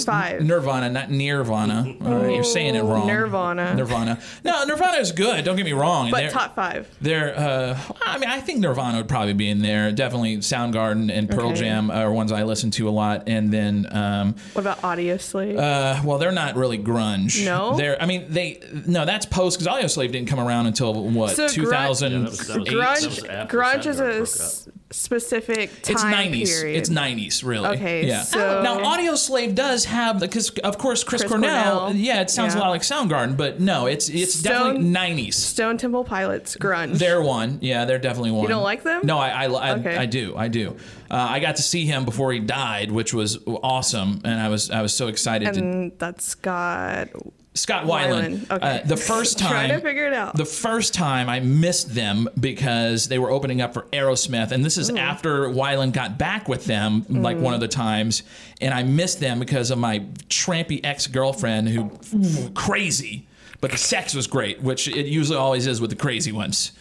Speaker 7: five.
Speaker 2: Nirvana, not Nirvana. All right, you're saying it wrong.
Speaker 7: Nirvana.
Speaker 2: Nirvana. No, Nirvana is good. Don't get me wrong.
Speaker 7: but
Speaker 2: they're,
Speaker 7: top five.
Speaker 2: They're. Uh, I mean, I think Nirvana would probably be in there. Definitely Soundgarden and Pearl
Speaker 7: Okay.
Speaker 2: Jam are ones I listen to a lot. And then, um,
Speaker 7: What about Audio Slave?
Speaker 2: uh, well, they're not really grunge.
Speaker 7: No?
Speaker 2: They're. I mean, they. No, that's post because Audio Slave didn't come around until what
Speaker 7: So grunge-
Speaker 2: 2000.
Speaker 9: Yeah, that was- that was- that was
Speaker 7: grunge
Speaker 9: after
Speaker 7: grunge is
Speaker 9: Soundgarden broke
Speaker 7: a
Speaker 9: up.
Speaker 7: s- specific time
Speaker 2: It's nineties.
Speaker 7: period.
Speaker 2: It's nineties, really.
Speaker 7: Okay,
Speaker 2: Yeah.
Speaker 7: so-
Speaker 2: now, Audio Slave does have because, of course, Chris,
Speaker 7: Chris
Speaker 2: Cornell,
Speaker 7: Cornell.
Speaker 2: Yeah, it sounds a
Speaker 7: Yeah.
Speaker 2: lot like Soundgarden, but no, it's it's
Speaker 7: Stone-
Speaker 2: definitely nineties.
Speaker 7: Stone Temple Pilots grunge.
Speaker 2: They're one. Yeah, they're definitely one. You
Speaker 7: don't like them?
Speaker 2: No, I I, I,
Speaker 7: Okay.
Speaker 2: I do. I do. Uh, I got to see him before he died, which was awesome, and I was I was so excited. to,
Speaker 7: and that's got
Speaker 2: Scott Weiland.
Speaker 7: Weiland, okay.
Speaker 2: Uh, the first time.
Speaker 7: Trying to figure it out.
Speaker 2: The first time I missed them because they were opening up for Aerosmith, and this is
Speaker 7: Mm.
Speaker 2: after Weiland got back with them, like one of the times, and I missed them because of my trampy ex girlfriend who ooh,
Speaker 7: Mm.
Speaker 2: crazy, but the sex was great, which it usually always is with the crazy ones.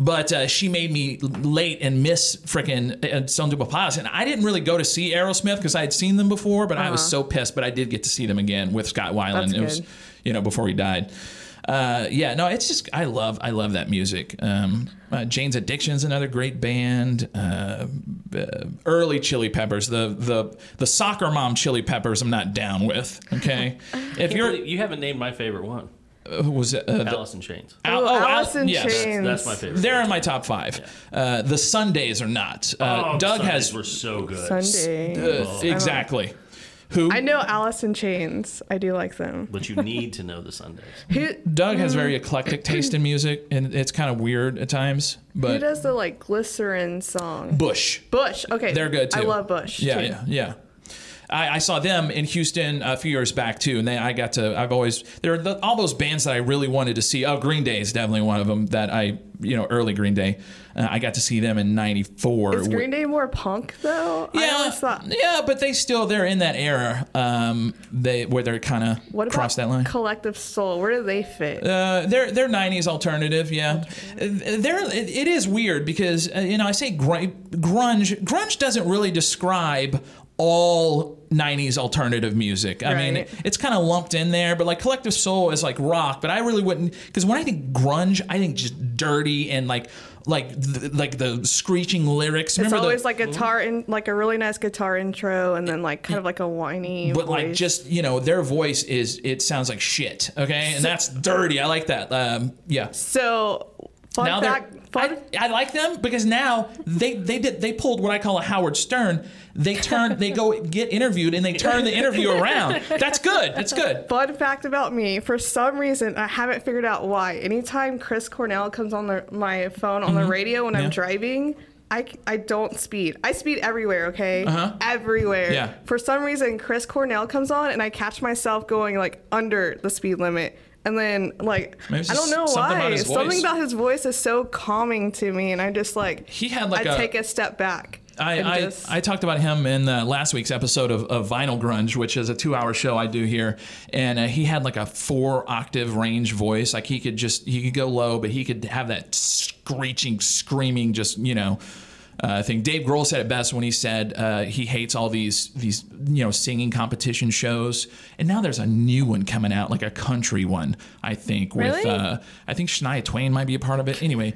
Speaker 2: But uh, she made me l- late and miss frickin' uh, Stone Temple Pilots, and I didn't really go to see Aerosmith because I had seen them before, but I was so pissed. But I did get to see them again with Scott Weiland.
Speaker 7: Uh-huh. That's
Speaker 2: It was,
Speaker 7: good.
Speaker 2: you know, before he died. Uh, yeah, no, it's just I love I love that music. Um, uh, Jane's Addiction's another great band. Uh, uh, early Chili Peppers, the the the soccer mom Chili Peppers, I'm not down with. Okay, if
Speaker 9: Can't
Speaker 2: you're
Speaker 9: believe you haven't named my favorite one.
Speaker 2: uh, who was it? Uh, the-
Speaker 9: Alice in Chains.
Speaker 2: Al-
Speaker 7: Ooh,
Speaker 2: oh, Al-
Speaker 7: Alice in
Speaker 2: yes.
Speaker 7: Chains.
Speaker 9: That's my favorite.
Speaker 2: They're in my top five. Uh, the Sundays are not. Uh,
Speaker 9: Oh,
Speaker 2: Doug
Speaker 9: Sundays
Speaker 2: has
Speaker 9: were so good.
Speaker 7: Sunday.
Speaker 2: uh, exactly. Who?
Speaker 7: I know Alice in Chains. I do like them.
Speaker 9: But you need to know the Sundays.
Speaker 7: Who
Speaker 2: Doug has very
Speaker 7: Mm-hmm.
Speaker 2: eclectic taste in music, and it's kind of weird at times.
Speaker 7: who
Speaker 2: But
Speaker 7: does the like glycerin song?
Speaker 2: Bush,
Speaker 7: Bush. Okay.
Speaker 2: they're good too.
Speaker 7: I love Bush.
Speaker 2: Yeah,
Speaker 7: too.
Speaker 2: yeah, yeah. I, I saw them in Houston uh, a few years back too, and they I got to. I've always there are the, all those bands that I really wanted to see. Oh, Green Day is definitely one of them that I you know early Green Day. Uh, I got to see them in '94.
Speaker 7: Is Green Day more punk though? I
Speaker 2: Yeah,
Speaker 7: always thought.
Speaker 2: yeah, but they still they're in that era um, they where they're kind
Speaker 7: What
Speaker 2: of
Speaker 7: about
Speaker 2: crossed that line.
Speaker 7: Collective Soul? Where do they fit?
Speaker 2: Uh, they're they're '90s alternative, yeah. Uh, They're it, it is weird because uh, you know I say gr- grunge. Grunge doesn't really describe all '90s alternative music. I mean,
Speaker 7: Right.
Speaker 2: it's kind of lumped in there, but like Collective Soul is like rock. But I really wouldn't because when I think grunge, I think just dirty and like like th- like the screeching lyrics.
Speaker 7: it's
Speaker 2: Remember the-
Speaker 7: always like guitar in like a really nice guitar intro and then like kind of like a whiny
Speaker 2: but like
Speaker 7: voice.
Speaker 2: just you know their voice is it sounds like shit okay and that's dirty i like that um yeah
Speaker 7: so fun
Speaker 2: now they're
Speaker 7: fact fun,
Speaker 2: I, I like them because now they they did they pulled what i call a howard stern they turn they go get interviewed and they turn the interview around that's good that's good
Speaker 7: Fun fact about me, for some reason, I haven't figured out why. Anytime Chris Cornell comes on the, my phone on the radio when
Speaker 2: Mm-hmm. Yeah.
Speaker 7: I'm driving, I, c- I don't speed. I speed everywhere, okay? Everywhere.
Speaker 2: Uh-huh. Yeah.
Speaker 7: For some reason, Chris Cornell comes on and I catch myself going like under the speed limit. And then like
Speaker 2: Maybe it's
Speaker 7: I don't
Speaker 2: just
Speaker 7: know
Speaker 2: something
Speaker 7: why.
Speaker 2: about his voice.
Speaker 7: something about his voice is so calming to me and I just like
Speaker 2: He had, like,
Speaker 7: I
Speaker 2: a-
Speaker 7: take a step back.
Speaker 2: I,
Speaker 7: and
Speaker 2: I,
Speaker 7: just-
Speaker 2: I talked about him in uh, last week's episode of, of Vinyl Grunge, which is a two hour show I do here. And uh, he had like a four octave range voice. Like he could just, he could go low, but he could have that screeching, screaming, just, you know. Uh, thing. Dave Grohl said it best when he said uh, he hates all these these you know singing competition shows, and now there's a new one coming out, like a country one, I think. With
Speaker 8: Really?
Speaker 2: uh, I think Shania Twain might be a part of it. Anyway,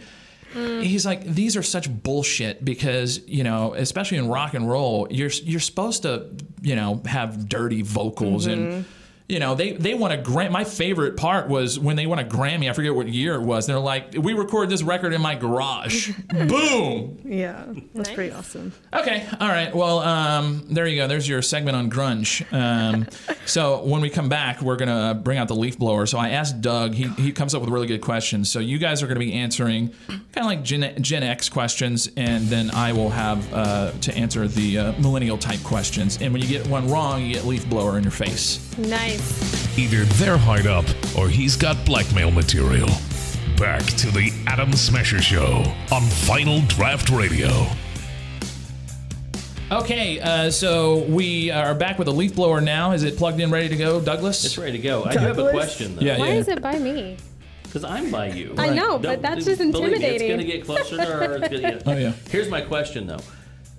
Speaker 2: he's like these are such bullshit because you know especially in rock and roll you're you're supposed to you know have dirty vocals and you know they they won a grant my favorite part was when they won a grammy i forget what year it was they're like we recorded this record in my garage boom
Speaker 7: yeah. That's pretty awesome.
Speaker 2: okay all right well um, there you go there's your segment on grunge um, so when we come back we're gonna bring out the leaf blower so i asked doug he, he comes up with really good questions so you guys are gonna be answering kind of like gen, gen x questions and then i will have uh, to answer the uh, millennial type questions and when you get one wrong you get leaf blower in your face
Speaker 8: Nice.
Speaker 6: Either they're hard up or he's got blackmail material. Back to the Adam Smasher Show on Vinyl Draft Radio.
Speaker 2: Okay, uh, so we are back with a leaf blower now. Is it plugged in, ready to go, Douglas?
Speaker 9: It's ready to go. I do have a
Speaker 7: Douglas?
Speaker 9: question though.
Speaker 2: Yeah,
Speaker 8: Why
Speaker 2: yeah.
Speaker 8: is it by me?
Speaker 9: Because I'm by you.
Speaker 8: I know,
Speaker 9: Don't-
Speaker 8: but that's just
Speaker 9: believe me,
Speaker 8: intimidating.
Speaker 9: it's going to get closer. Or it's gonna, yeah.
Speaker 2: Oh, yeah.
Speaker 9: Here's my question though.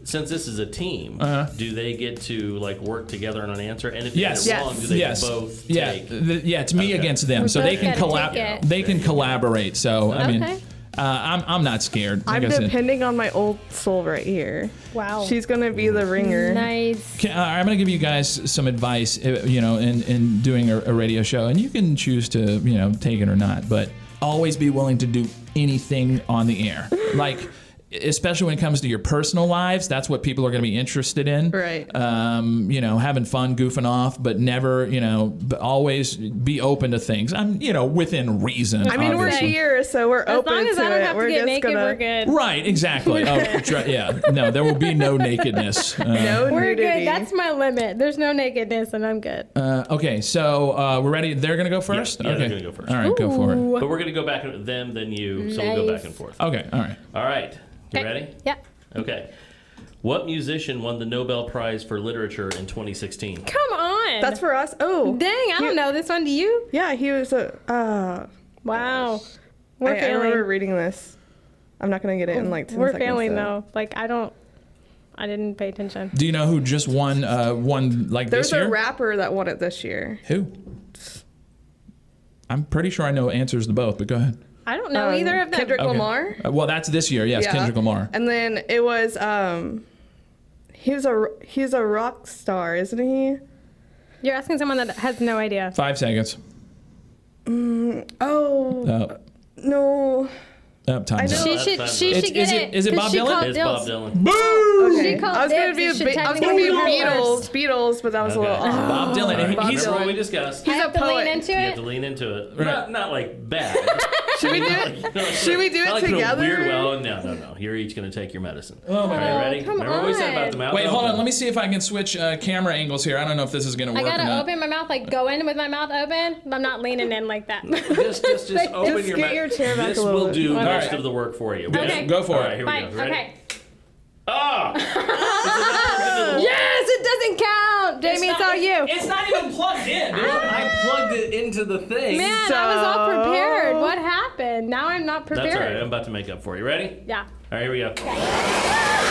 Speaker 9: Since this is a team, do they get to like work together on an answer? And if
Speaker 2: Uh-huh. Yes.
Speaker 9: they get it wrong, do they
Speaker 2: yes.
Speaker 9: both
Speaker 2: yeah.
Speaker 9: take?
Speaker 2: th- yeah. It's me against them, so
Speaker 8: both
Speaker 2: they can
Speaker 8: gotta
Speaker 2: collab.
Speaker 8: take it.
Speaker 2: They can collaborate. So I mean, uh,
Speaker 8: Okay.
Speaker 2: I'm I'm not scared.
Speaker 7: I'm
Speaker 2: Like I said.
Speaker 7: depending on my old soul right here.
Speaker 8: Wow.
Speaker 7: She's gonna be the ringer.
Speaker 8: nice.
Speaker 2: Can- uh, I'm going to give you guys some advice, uh, you know, in, in doing a, a radio show, and you can choose to, you know, take it or not, but always be willing to do anything on the air. Like, especially when it comes to your personal lives, that's what people are going to be interested in.
Speaker 7: Right.
Speaker 2: Um, you know, having fun, goofing off, but never, you know, but always be open to things. I'm, you know, within reason.
Speaker 7: I mean, we're
Speaker 2: obviously.
Speaker 7: here, so we're
Speaker 8: As
Speaker 7: open
Speaker 8: long as
Speaker 7: to
Speaker 8: I don't
Speaker 7: it.
Speaker 8: have
Speaker 7: we're
Speaker 8: to get
Speaker 7: just
Speaker 8: naked,
Speaker 7: gonna
Speaker 8: we're good.
Speaker 2: Right, exactly. Oh, tr- yeah. No, there will be no nakedness. Uh,
Speaker 7: no
Speaker 8: We're
Speaker 7: nudity.
Speaker 8: good. That's my limit. There's no nakedness, and I'm good.
Speaker 2: Uh, okay, so uh, we're ready. They're gonna go first.
Speaker 9: yeah,
Speaker 2: okay.
Speaker 9: they're gonna go first.
Speaker 2: All right, go for it.
Speaker 9: But we're going to go back and them, then you. So we'll go
Speaker 8: Nice.
Speaker 9: back and forth.
Speaker 2: Okay, all right.
Speaker 9: All right. You ready?
Speaker 8: Yeah.
Speaker 9: Okay. What musician won the Nobel Prize for Literature in 2016?
Speaker 8: Come on.
Speaker 7: That's for us. Oh,
Speaker 8: Dang, I don't know this one. Do you?
Speaker 7: yeah, he was a. Uh,
Speaker 8: Wow.
Speaker 7: I,
Speaker 8: We're
Speaker 7: I remember
Speaker 8: failing.
Speaker 7: reading this. I'm not gonna get it in like 10
Speaker 8: We're
Speaker 7: seconds,
Speaker 8: failing
Speaker 7: so.
Speaker 8: though. Like I don't. I didn't pay attention.
Speaker 2: Do you know who just won? Uh, won like
Speaker 7: There's
Speaker 2: this year?
Speaker 7: a rapper that won it this year.
Speaker 2: who? I'm pretty sure I know answers to both, but go ahead.
Speaker 8: I don't know
Speaker 7: Um,
Speaker 8: either of them.
Speaker 7: Kendrick
Speaker 2: Okay.
Speaker 7: Lamar.
Speaker 2: Uh, well, that's this year. Yes,
Speaker 7: Yeah.
Speaker 2: Kendrick Lamar.
Speaker 7: And then it was um, he's a he's a rock star, isn't he?
Speaker 8: You're asking someone that has no idea.
Speaker 2: Five seconds.
Speaker 7: Oh
Speaker 2: Up,
Speaker 7: no!
Speaker 2: up, time's
Speaker 7: I
Speaker 2: up.
Speaker 7: know.
Speaker 8: She
Speaker 9: that's
Speaker 8: should.
Speaker 9: fine.
Speaker 8: She
Speaker 2: It's-
Speaker 8: should get
Speaker 2: is it-
Speaker 8: it.
Speaker 2: is it
Speaker 8: 'cause
Speaker 2: Bob
Speaker 8: she
Speaker 2: Dylan?
Speaker 8: called
Speaker 9: It's
Speaker 8: Dills.
Speaker 9: Bob Dylan.
Speaker 8: She called
Speaker 7: I was gonna
Speaker 8: dibs,
Speaker 7: be
Speaker 8: you
Speaker 7: a
Speaker 8: should
Speaker 7: Be- I was gonna be a
Speaker 8: technically go
Speaker 7: Beatles,
Speaker 8: first.
Speaker 7: Beatles, but that was
Speaker 9: Okay.
Speaker 7: a little. Oh.
Speaker 2: Bob Dylan.
Speaker 9: All right,
Speaker 2: and he's
Speaker 9: remember what we discussed.
Speaker 8: I
Speaker 7: He's a
Speaker 8: have to lean
Speaker 7: poet.
Speaker 8: into
Speaker 9: You have to
Speaker 8: it.
Speaker 9: lean into it. Not, not like bad.
Speaker 7: Should we do it? Should we do it
Speaker 9: not like in a
Speaker 7: together?
Speaker 9: Weird, well, no, no, no. You're each going to take your medicine. Oh,
Speaker 2: my
Speaker 9: Are
Speaker 8: God.
Speaker 9: you ready?
Speaker 8: Come
Speaker 9: Remember what we said about the mouth
Speaker 2: Wait, hold on.
Speaker 9: open?
Speaker 2: Let me see if I can switch uh, camera angles here. I don't know if this is going to
Speaker 8: I
Speaker 2: work. or
Speaker 8: gotta
Speaker 2: not.
Speaker 8: open my mouth, like go in with my mouth open. but I'm not leaning in like that.
Speaker 9: Just, just, just open your
Speaker 7: scoot
Speaker 9: mouth.
Speaker 7: your chair back
Speaker 9: this
Speaker 7: a little
Speaker 9: will
Speaker 7: bit.
Speaker 9: do
Speaker 2: All
Speaker 9: most
Speaker 2: right.
Speaker 9: of the work for you.
Speaker 8: Okay.
Speaker 2: Go for
Speaker 9: All
Speaker 2: it.
Speaker 9: right, here
Speaker 8: Fine.
Speaker 9: we go. Ready?
Speaker 8: Okay.
Speaker 9: Ah!
Speaker 8: Yes, it doesn't count, Jamie. It's, all you.
Speaker 2: It's not even plugged in. dude.
Speaker 9: I plugged it into the thing.
Speaker 8: Man, I was all prepared. What happened? Now I'm not prepared.
Speaker 9: That's all right. I'm about to make up for you. Ready?
Speaker 8: Yeah.
Speaker 9: All right, here we go.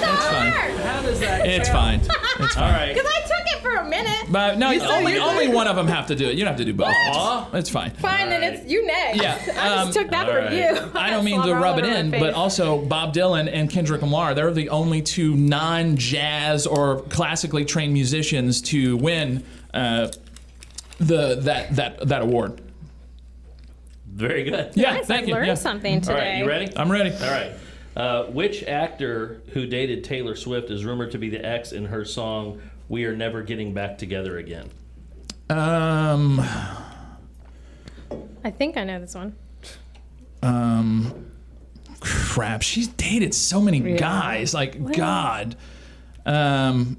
Speaker 8: That's,
Speaker 2: fine.
Speaker 8: hard.
Speaker 9: How does that?
Speaker 2: It's fine. It's
Speaker 9: All
Speaker 2: fine.
Speaker 9: right.
Speaker 8: Because I took it for a minute.
Speaker 2: But no,
Speaker 7: said
Speaker 2: only,
Speaker 7: you
Speaker 2: only
Speaker 7: did.
Speaker 2: one of them have to do it. You don't have to do both.
Speaker 9: Aw.
Speaker 2: It's fine.
Speaker 8: Fine, then it's you next.
Speaker 2: Yeah,
Speaker 8: I just
Speaker 2: um,
Speaker 8: took that
Speaker 9: all
Speaker 8: for
Speaker 9: right.
Speaker 8: you.
Speaker 2: I don't mean to rub it in, but also Bob Dylan and Kendrick Lamar, they're the only two non jazz or classically trained musicians to win uh, the that, that, that award.
Speaker 9: Very good.
Speaker 2: Yeah,
Speaker 8: Guys,
Speaker 2: thank
Speaker 8: I
Speaker 2: you.
Speaker 8: learned
Speaker 2: yeah.
Speaker 8: something
Speaker 9: All
Speaker 8: today.
Speaker 9: right, you ready?
Speaker 2: I'm ready.
Speaker 9: All right. Uh, which actor who dated Taylor Swift is rumored to be the ex in her song "We Are Never Getting Back Together Again"?
Speaker 2: Um,
Speaker 8: I think I know this one.
Speaker 2: um, crap. She's dated so many guys. Like God. Um,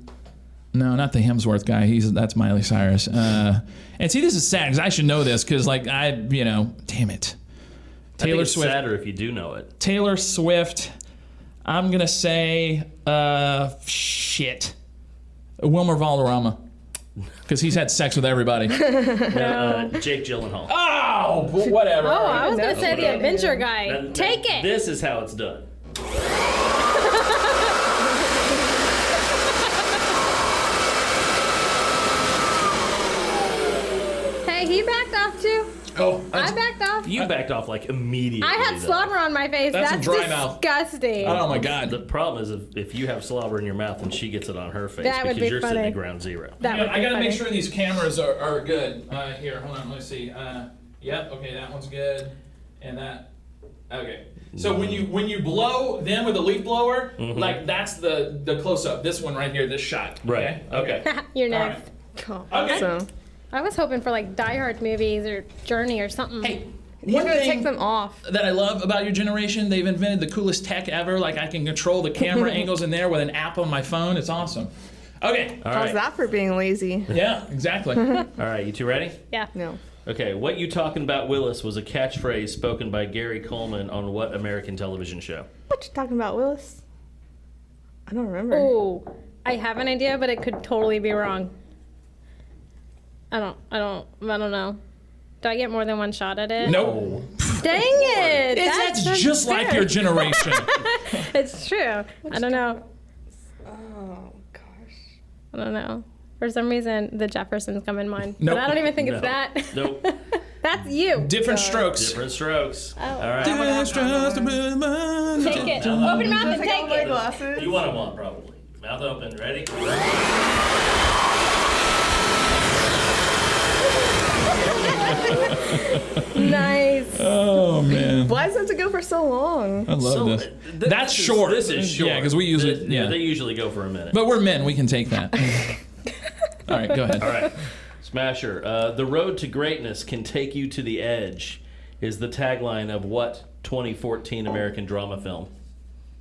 Speaker 2: no, not the Hemsworth guy. He's that's Miley Cyrus. Uh, and see, this is sad because I should know this because like I, you know, damn it.
Speaker 9: I think
Speaker 2: Taylor
Speaker 9: it's
Speaker 2: Swift.
Speaker 9: Sadder if you do know it.
Speaker 2: Taylor Swift. I'm gonna say, uh, shit. Wilmer Valderrama, because he's had sex with everybody.
Speaker 9: Uh, Jake Gyllenhaal.
Speaker 2: oh, but whatever.
Speaker 8: Oh, I was gonna
Speaker 9: what
Speaker 8: say
Speaker 9: I
Speaker 8: the adventure guy.
Speaker 9: That- that-
Speaker 8: Oh, Take it.
Speaker 9: This is how it's done.
Speaker 8: Hey, he backed off too.
Speaker 2: Oh,
Speaker 8: I backed off.
Speaker 9: You backed off like immediately.
Speaker 8: I had
Speaker 9: though.
Speaker 8: slobber on my face.
Speaker 2: That's
Speaker 8: That's,
Speaker 2: some dry mouth.
Speaker 8: disgusting.
Speaker 2: oh my
Speaker 9: The
Speaker 2: God.
Speaker 9: problem is if, if you have slobber in your mouth and she gets it on her face
Speaker 8: That would
Speaker 9: because
Speaker 8: be
Speaker 9: you're
Speaker 8: funny.
Speaker 9: sitting at ground zero.
Speaker 8: That would
Speaker 2: I
Speaker 8: be
Speaker 2: gotta make
Speaker 8: funny.
Speaker 2: sure these cameras are, are good. Uh, here, hold on, let me see. Uh, yep, okay, that one's good, and that. Okay, so when you when you blow them with a leaf blower,
Speaker 9: Mm-hmm.
Speaker 2: like that's the the close up. This one right here, this shot.
Speaker 9: Right.
Speaker 2: Okay. okay.
Speaker 8: You're
Speaker 2: All
Speaker 8: next.
Speaker 2: right.
Speaker 7: Okay.
Speaker 2: Okay.
Speaker 8: I was hoping for like Die Hard movies or Journey or something.
Speaker 2: Hey,
Speaker 7: We're
Speaker 2: one
Speaker 7: gonna
Speaker 2: thing
Speaker 7: take them off.
Speaker 2: that I love about your generation, they've invented the coolest tech ever. Like I can control the camera angles in there with an app on my phone. It's awesome. Okay.
Speaker 9: All
Speaker 7: How's
Speaker 9: right.
Speaker 7: that for being lazy?
Speaker 2: Yeah, exactly.
Speaker 9: All right. You two ready?
Speaker 8: Yeah.
Speaker 7: No.
Speaker 9: Okay. What you talking about, Willis, was a catchphrase spoken by Gary Coleman on what American television show?
Speaker 7: What you talking about, Willis? I don't remember.
Speaker 8: Ooh, I have an idea, but it could totally be wrong. I don't. I don't. I don't know. Do I get more than one shot at it?
Speaker 2: Nope.
Speaker 8: Dang it!
Speaker 2: That's, just like your generation.
Speaker 8: It's true. I don't know.
Speaker 7: Oh gosh.
Speaker 8: I don't know. For some reason, the Jeffersons come in mind,
Speaker 2: Nope.
Speaker 8: but I don't even think
Speaker 9: No.
Speaker 8: it's that.
Speaker 9: Nope.
Speaker 8: That's you.
Speaker 2: Different strokes.
Speaker 9: Different strokes.
Speaker 8: Oh.
Speaker 9: All right.
Speaker 2: Different strokes to be mine.
Speaker 8: Take it. Open your mouth and
Speaker 7: Take off
Speaker 8: take
Speaker 7: my
Speaker 8: it.
Speaker 7: glasses.
Speaker 9: You want them on, probably. Mouth open. Ready?
Speaker 8: Nice.
Speaker 2: Oh man,
Speaker 7: Why does it have to go for so long?
Speaker 2: I love
Speaker 9: So,
Speaker 2: this.
Speaker 9: th- th-
Speaker 2: That's
Speaker 9: this is-
Speaker 2: short.
Speaker 9: This is short.
Speaker 2: Yeah, because we use
Speaker 9: Th-
Speaker 2: it. Yeah,
Speaker 9: They usually go for a minute.
Speaker 2: but we're men. We can take that. All right, go ahead.
Speaker 9: All right. Smasher. Uh, the road to greatness can take you to the edge is the tagline of what 2014 American drama film?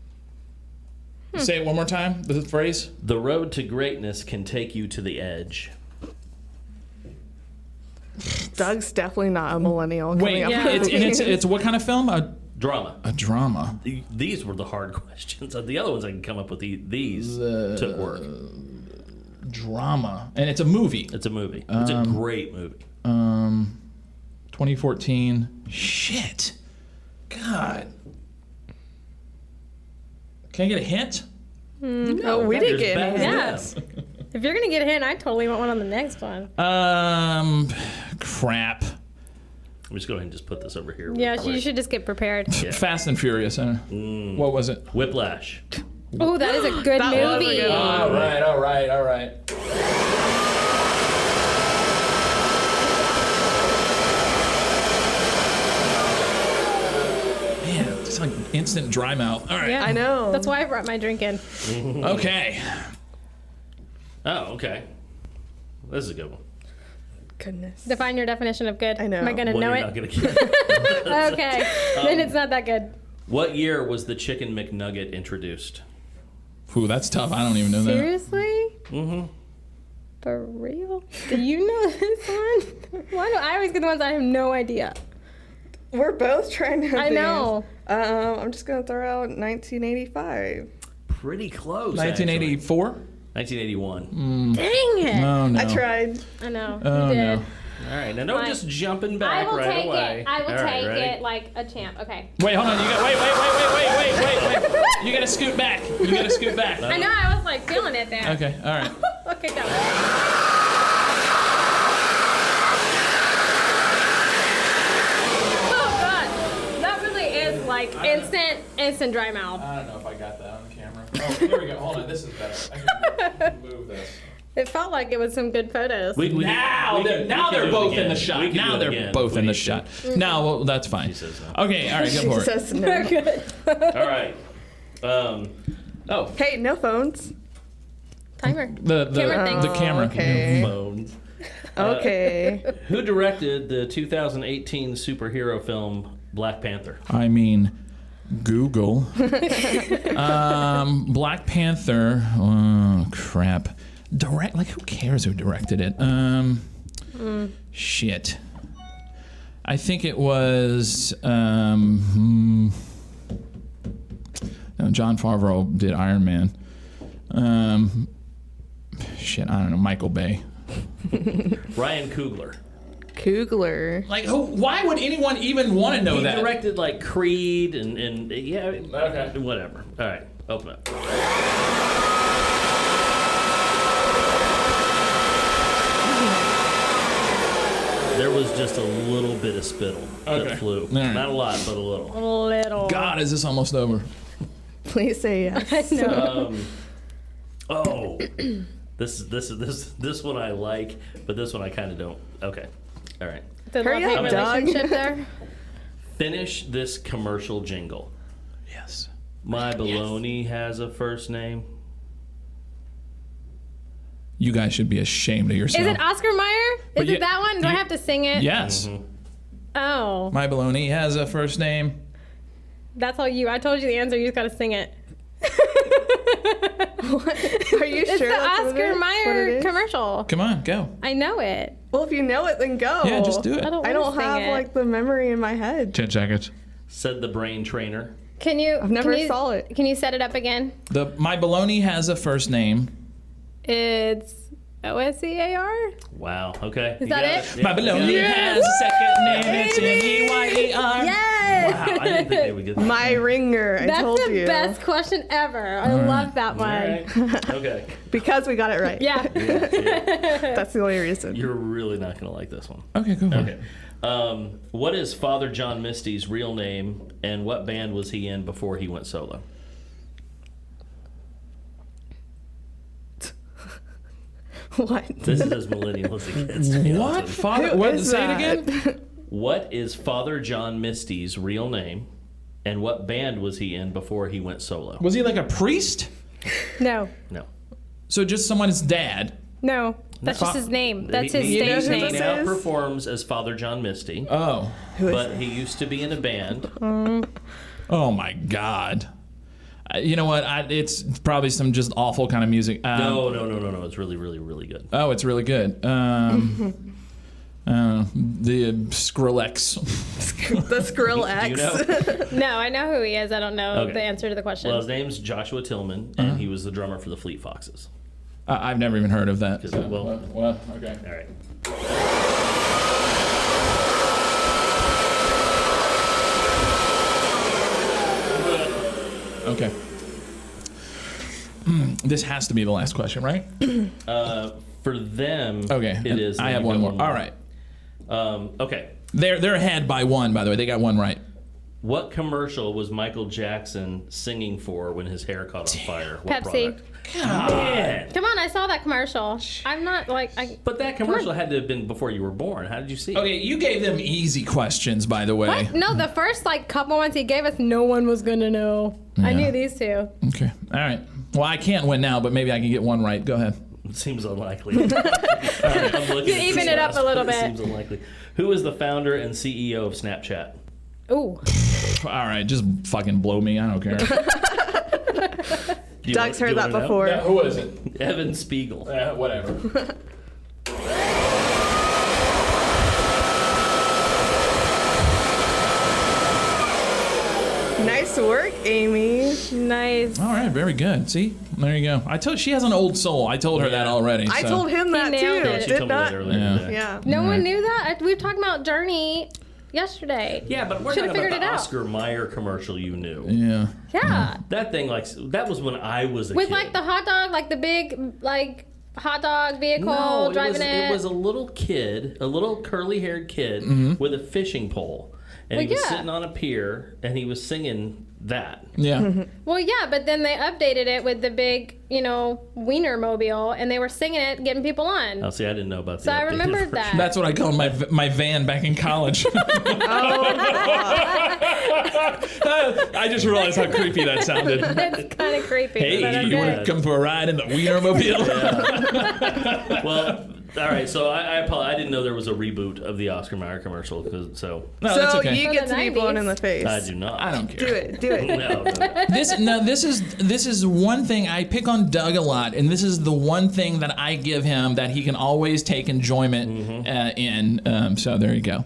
Speaker 2: Say it one more time. The phrase.
Speaker 9: The road to greatness can take you to the edge.
Speaker 7: Doug's definitely not a millennial.
Speaker 2: Wait,
Speaker 7: coming up with
Speaker 2: it's, and it's it's what kind of film? A,
Speaker 9: Drama.
Speaker 2: a drama.
Speaker 9: Th- These were the hard questions. The other ones I can come up with. the- These took work.
Speaker 2: Drama, and it's a movie.
Speaker 9: It's a movie. It's a great movie.
Speaker 2: Um, 2014. Shit. God. Can I get a hint?
Speaker 7: Oh, we did
Speaker 9: There's
Speaker 7: get
Speaker 9: better
Speaker 7: it.
Speaker 9: than
Speaker 8: Yes.
Speaker 9: them.
Speaker 8: If you're gonna get a hint, I totally want one on the next one.
Speaker 2: Um, crap.
Speaker 9: I'm just going and just put this over here. real
Speaker 8: yeah, you
Speaker 9: quick.
Speaker 8: should just get prepared.
Speaker 2: Fast and Furious. I don't know. What was it?
Speaker 9: Whiplash.
Speaker 8: Oh, that is a good
Speaker 7: That was a
Speaker 8: movie.
Speaker 7: good one.
Speaker 2: All right, all right, all right. It's like instant dry mouth. All right.
Speaker 8: Yeah.
Speaker 7: I know.
Speaker 8: That's why I brought my drink in.
Speaker 2: Okay.
Speaker 9: Oh, okay. This is a good one.
Speaker 7: Goodness.
Speaker 8: Define your definition of good.
Speaker 7: I know.
Speaker 8: Am I going to
Speaker 9: One
Speaker 8: know
Speaker 9: you're
Speaker 8: it?
Speaker 9: not gonna get.
Speaker 8: okay. then it's not that good.
Speaker 9: what year was the chicken McNugget introduced?
Speaker 2: Ooh, that's tough. I don't even know that.
Speaker 8: Seriously? Mm hmm.
Speaker 9: Mm-hmm.
Speaker 8: For real? Do you know this one? Why do I always get the ones I have no idea?
Speaker 7: We're both trying to.
Speaker 8: I know.
Speaker 7: Um, I'm just gonna throw out 1985.
Speaker 9: Pretty close. actually.
Speaker 2: 1984? Mm.
Speaker 9: 1981.
Speaker 8: Dang it.
Speaker 2: Oh no.
Speaker 7: I tried.
Speaker 8: I know.
Speaker 2: Oh,
Speaker 8: you
Speaker 2: no.
Speaker 8: did.
Speaker 9: All right, now don't
Speaker 8: I-
Speaker 9: just jumping
Speaker 8: I
Speaker 9: back
Speaker 8: will
Speaker 9: right
Speaker 8: take
Speaker 9: away.
Speaker 8: it. I will
Speaker 9: All right,
Speaker 8: take
Speaker 9: ready?
Speaker 8: it like a champ. Okay.
Speaker 2: Wait, hold on. You got wait, wait, wait, wait, wait, wait, wait. You gotta scoot back. You gotta scoot back.
Speaker 8: I know I was like feeling it there.
Speaker 2: Okay. All right.
Speaker 8: okay, go. Oh god. That really is like instant instant dry mouth.
Speaker 2: I don't know if I got that on camera. Oh, here we go. Hold on. This is better. I can move this.
Speaker 8: It felt like it was some good photos.
Speaker 9: We- we-
Speaker 2: Now
Speaker 9: we
Speaker 2: they're,
Speaker 9: can-
Speaker 2: now
Speaker 9: we can
Speaker 2: they're
Speaker 9: do it
Speaker 2: both in
Speaker 9: again.
Speaker 2: the
Speaker 9: We
Speaker 2: shot.
Speaker 9: can do
Speaker 2: Now
Speaker 9: it
Speaker 2: they're
Speaker 9: again.
Speaker 2: both in
Speaker 9: We
Speaker 2: the
Speaker 9: need to.
Speaker 2: shot.
Speaker 8: Mm-hmm.
Speaker 2: No, well, that's fine.
Speaker 9: says no.
Speaker 2: Okay, all right, go for it.
Speaker 7: Jesus, no.
Speaker 8: good.
Speaker 9: All right. Um, oh,
Speaker 7: Hey, no phones.
Speaker 8: Timer.
Speaker 2: The the camera. The camera.
Speaker 8: Camera thing. Oh,
Speaker 7: Okay.
Speaker 9: bones.
Speaker 7: Okay.
Speaker 9: Uh, Who directed the 2018 superhero film Black Panther?
Speaker 2: I mean, Google. um, Black Panther. Oh crap. Direct. Like, who cares who directed it? Um,
Speaker 8: Mm.
Speaker 2: shit. I think it was. Um, hmm. no, John Favreau did Iron Man. Um, shit. I don't know. Michael Bay.
Speaker 9: Ryan Coogler.
Speaker 7: Kugler.
Speaker 2: Like, who? Why would anyone even want to know
Speaker 9: He
Speaker 2: that?
Speaker 9: directed like Creed and, and yeah, okay. whatever. All right, open up. There was just a little bit of spittle
Speaker 2: Okay.
Speaker 9: that flew.
Speaker 2: right.
Speaker 9: Not a lot, but a little.
Speaker 8: Little.
Speaker 2: God, is this almost over?
Speaker 7: Please say yes.
Speaker 9: Oh, this is this is this this one I like, but this one I kind of don't. Okay, all right.
Speaker 8: The
Speaker 7: Hurry
Speaker 8: love-hate
Speaker 7: up, dog.
Speaker 8: relationship there.
Speaker 9: Finish this commercial jingle.
Speaker 2: Yes.
Speaker 9: My baloney has a first name.
Speaker 2: You guys should be ashamed of yourself.
Speaker 8: Is it Oscar Mayer? Is
Speaker 2: you-
Speaker 8: it that one? Do I
Speaker 2: you-
Speaker 8: have to sing it?
Speaker 2: Yes.
Speaker 8: Oh,
Speaker 2: My baloney has a first name.
Speaker 8: that's all you. I told you the answer. You just gotta sing it.
Speaker 7: Are you
Speaker 8: It's
Speaker 7: sure?
Speaker 8: the
Speaker 7: that's what it
Speaker 8: Oscar
Speaker 7: is? What it
Speaker 8: Mayer
Speaker 7: is?
Speaker 8: commercial.
Speaker 2: Come on, go.
Speaker 8: I know it.
Speaker 7: Well, if you know it, then go.
Speaker 2: Yeah, just do
Speaker 8: I
Speaker 2: it.
Speaker 8: don't.
Speaker 7: I
Speaker 8: wanna
Speaker 7: don't
Speaker 8: sing
Speaker 7: have
Speaker 8: it.
Speaker 7: like the memory in my head.
Speaker 2: Ten seconds.
Speaker 9: Said the brain trainer.
Speaker 8: Can you? I've
Speaker 7: never
Speaker 8: can you,
Speaker 7: saw it.
Speaker 8: Can you set it up again?
Speaker 2: The my baloney has a first name.
Speaker 8: It's O S E A R.
Speaker 9: Wow. Okay. Is
Speaker 8: that it?
Speaker 2: My baloney has a second name. It's M E Y E R.
Speaker 8: Yes.
Speaker 9: Wow, I didn't think they would get that.
Speaker 7: My ringer. I
Speaker 8: That's
Speaker 7: told
Speaker 8: the
Speaker 7: you.
Speaker 8: best question ever. I love that one.
Speaker 9: All right. Okay.
Speaker 7: Because we got it right.
Speaker 8: Yeah.
Speaker 7: That's the only reason.
Speaker 9: You're really not going to like this one.
Speaker 2: Okay, go.
Speaker 9: Okay. Um, what is Father John Misty's real name, and what band was he in before he went solo?
Speaker 7: What?
Speaker 9: This is as millennial as it gets. to be
Speaker 2: What?
Speaker 9: honest with you.
Speaker 2: Father, what?
Speaker 7: is
Speaker 2: Say it
Speaker 7: that?
Speaker 2: again.
Speaker 9: What is Father John Misty's real name, and what band was he in before he went solo?
Speaker 2: Was he like a priest?
Speaker 8: No.
Speaker 9: No.
Speaker 2: So just someone's dad.
Speaker 8: No. That's
Speaker 2: No.
Speaker 8: just his name. That's
Speaker 9: He-
Speaker 8: his
Speaker 9: he-
Speaker 8: stage
Speaker 9: He
Speaker 8: name.
Speaker 9: now
Speaker 7: is?
Speaker 9: performs as Father John Misty,
Speaker 2: Oh.
Speaker 9: but he used to be in a band.
Speaker 2: Oh my God. Uh, You know what? I, it's probably some just awful kind of music. Um,
Speaker 9: No, Oh, no, no, no, no. It's really, really, really good.
Speaker 2: Oh, it's really good. Um, uh, the Skrillex.
Speaker 7: The Skrillex.
Speaker 9: Do you know?
Speaker 8: No, I know who he is. I don't know
Speaker 9: Okay.
Speaker 8: the answer to the question.
Speaker 9: Well, his name's Joshua Tillman, and he was the drummer for the Fleet Foxes.
Speaker 2: I, I've never even heard of that.
Speaker 9: 'Cause, well,
Speaker 2: Well, okay.
Speaker 9: all right.
Speaker 2: Okay. Mm, This has to be the last question, right?
Speaker 9: For them,
Speaker 10: Oh,
Speaker 2: Okay.
Speaker 9: it is.
Speaker 2: I
Speaker 9: Then
Speaker 2: have
Speaker 9: you
Speaker 2: one
Speaker 9: go
Speaker 2: more. All right.
Speaker 9: Um, okay.
Speaker 2: They're they're ahead by one, by the way. They got one right.
Speaker 9: What commercial was Michael Jackson singing for when his hair caught on fire? What
Speaker 8: Pepsi.
Speaker 9: Yeah.
Speaker 8: Come on, I saw that commercial. I'm not like I.
Speaker 9: But that commercial had to have been before you were born. How did you see
Speaker 10: Oh,
Speaker 9: it?
Speaker 2: Okay, you gave them easy questions, by the way.
Speaker 8: What? No, the first like couple ones he gave us, no one was gonna know. I
Speaker 2: Yeah.
Speaker 8: knew these two.
Speaker 2: Okay. All right. Well, I can't win now, but maybe I can get one right. Go ahead.
Speaker 9: It seems unlikely. All right, I'm looking
Speaker 8: You
Speaker 9: at
Speaker 8: even
Speaker 9: this
Speaker 8: it up
Speaker 9: last
Speaker 8: a little
Speaker 9: one. It
Speaker 8: bit.
Speaker 9: seems unlikely. Who is the founder and CEO of Snapchat?
Speaker 8: Ooh,
Speaker 2: All right, just fucking blow me. I don't care.
Speaker 9: Do you want- do you
Speaker 7: Doug's heard that
Speaker 9: wanna know?
Speaker 7: before.
Speaker 2: Who is it?
Speaker 9: Evan Spiegel.
Speaker 2: Uh, whatever.
Speaker 7: Nice work, Amy.
Speaker 8: nice.
Speaker 2: All right, very good. See, there you go. I told she has an old soul. I told her that already.
Speaker 7: I
Speaker 2: so-
Speaker 7: told him that too.
Speaker 8: nailed it.
Speaker 9: She
Speaker 7: Did
Speaker 9: told
Speaker 7: not.
Speaker 9: me that earlier.
Speaker 2: Yeah.
Speaker 9: today.
Speaker 7: Yeah.
Speaker 8: No one knew that. I, we were talking about Journey yesterday.
Speaker 9: Yeah, but we're
Speaker 8: Should've
Speaker 9: talking about
Speaker 8: figured
Speaker 9: the
Speaker 8: it out.
Speaker 9: Oscar Mayer commercial you knew.
Speaker 2: Yeah.
Speaker 8: Yeah.
Speaker 9: That thing, like, that was when I was a
Speaker 8: With
Speaker 9: kid.
Speaker 8: like the hot dog, like the big like hot dog vehicle
Speaker 9: no, it
Speaker 8: driving
Speaker 9: was, it was a little kid, a little curly-haired kid with a fishing pole, and he
Speaker 8: Well,
Speaker 9: was
Speaker 8: yeah.
Speaker 9: sitting on a pier and he was singing that.
Speaker 2: Yeah.
Speaker 8: Well, yeah, but then they updated it with the big, you know, wiener mobile, and they were singing it, getting people on.
Speaker 9: Oh, see, I didn't know about that.
Speaker 8: so I remembered that.
Speaker 2: That's what I called my my van back in college.
Speaker 7: Oh.
Speaker 2: I just realized how creepy that sounded.
Speaker 8: That's kind of creepy. but I
Speaker 2: Hey, you
Speaker 8: did.
Speaker 2: want to come for a ride in the Wienermobile?
Speaker 9: Well, all right. So I, I apologize. I didn't know there was a reboot of the Oscar Mayer commercial. 'cause- so
Speaker 2: No, that's
Speaker 7: So
Speaker 2: okay.
Speaker 7: you
Speaker 8: For
Speaker 7: get
Speaker 8: the
Speaker 7: to be blown in the face.
Speaker 9: I do not.
Speaker 2: I don't care.
Speaker 7: Do it. Do it.
Speaker 9: No, no, no.
Speaker 2: this no this is this is one thing I pick on Doug a lot and this is the one thing that I give him that he can always take enjoyment
Speaker 9: Mm-hmm.
Speaker 2: uh, in um, so there you go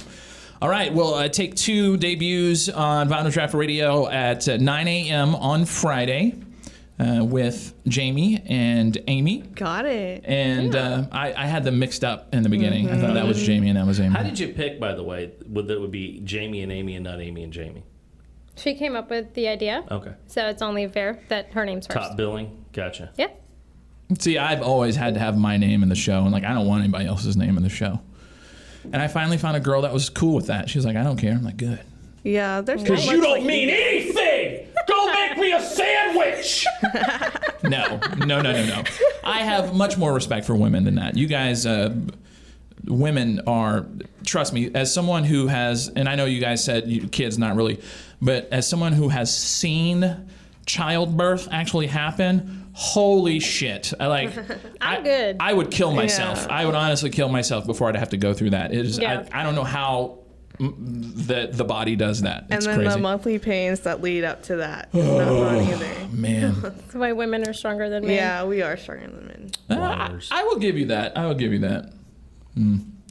Speaker 2: all right well uh, take two debuts on Vinyl Draft Radio at uh, 9 a.m on Friday uh, with Jamie and Amy
Speaker 7: Got it.
Speaker 2: and uh, I, I had them mixed up in the beginning I thought that was Jamie and that was Amy
Speaker 9: How did you pick, by the way, would that would be Jamie and Amy and not Amy and Jamie?
Speaker 8: She came up with the idea,
Speaker 9: Okay.
Speaker 8: so it's only fair that her name's first.
Speaker 9: Top billing. Gotcha.
Speaker 8: Yeah.
Speaker 2: See, I've always had to have my name in the show, and like I don't want anybody else's name in the show. And I finally found a girl that was cool with that. She was like, "I don't care." I'm like, "Good."
Speaker 7: Yeah. There's not much like-
Speaker 9: mean anything. Go make me a sandwich.
Speaker 2: No, no, no, no, no. I have much more respect for women than that. You guys, uh, women are. Trust me, as someone who has, and I know you guys said you, kids, not really, but as someone who has seen childbirth actually happen, holy shit! I like.
Speaker 8: I'm
Speaker 2: I-
Speaker 8: good.
Speaker 2: I would kill myself.
Speaker 7: Yeah.
Speaker 2: I would honestly kill myself before I'd have to go through that. It is.
Speaker 8: Yeah.
Speaker 2: I, I don't know how mm, the the body does that.
Speaker 7: And
Speaker 2: It's
Speaker 7: then
Speaker 2: crazy.
Speaker 7: the monthly pains that lead up to that. It's not fun either.
Speaker 2: Man,
Speaker 8: That's why women are stronger than men.
Speaker 7: Yeah, we are stronger than men.
Speaker 2: Uh, I, I will give you that. I will give you that.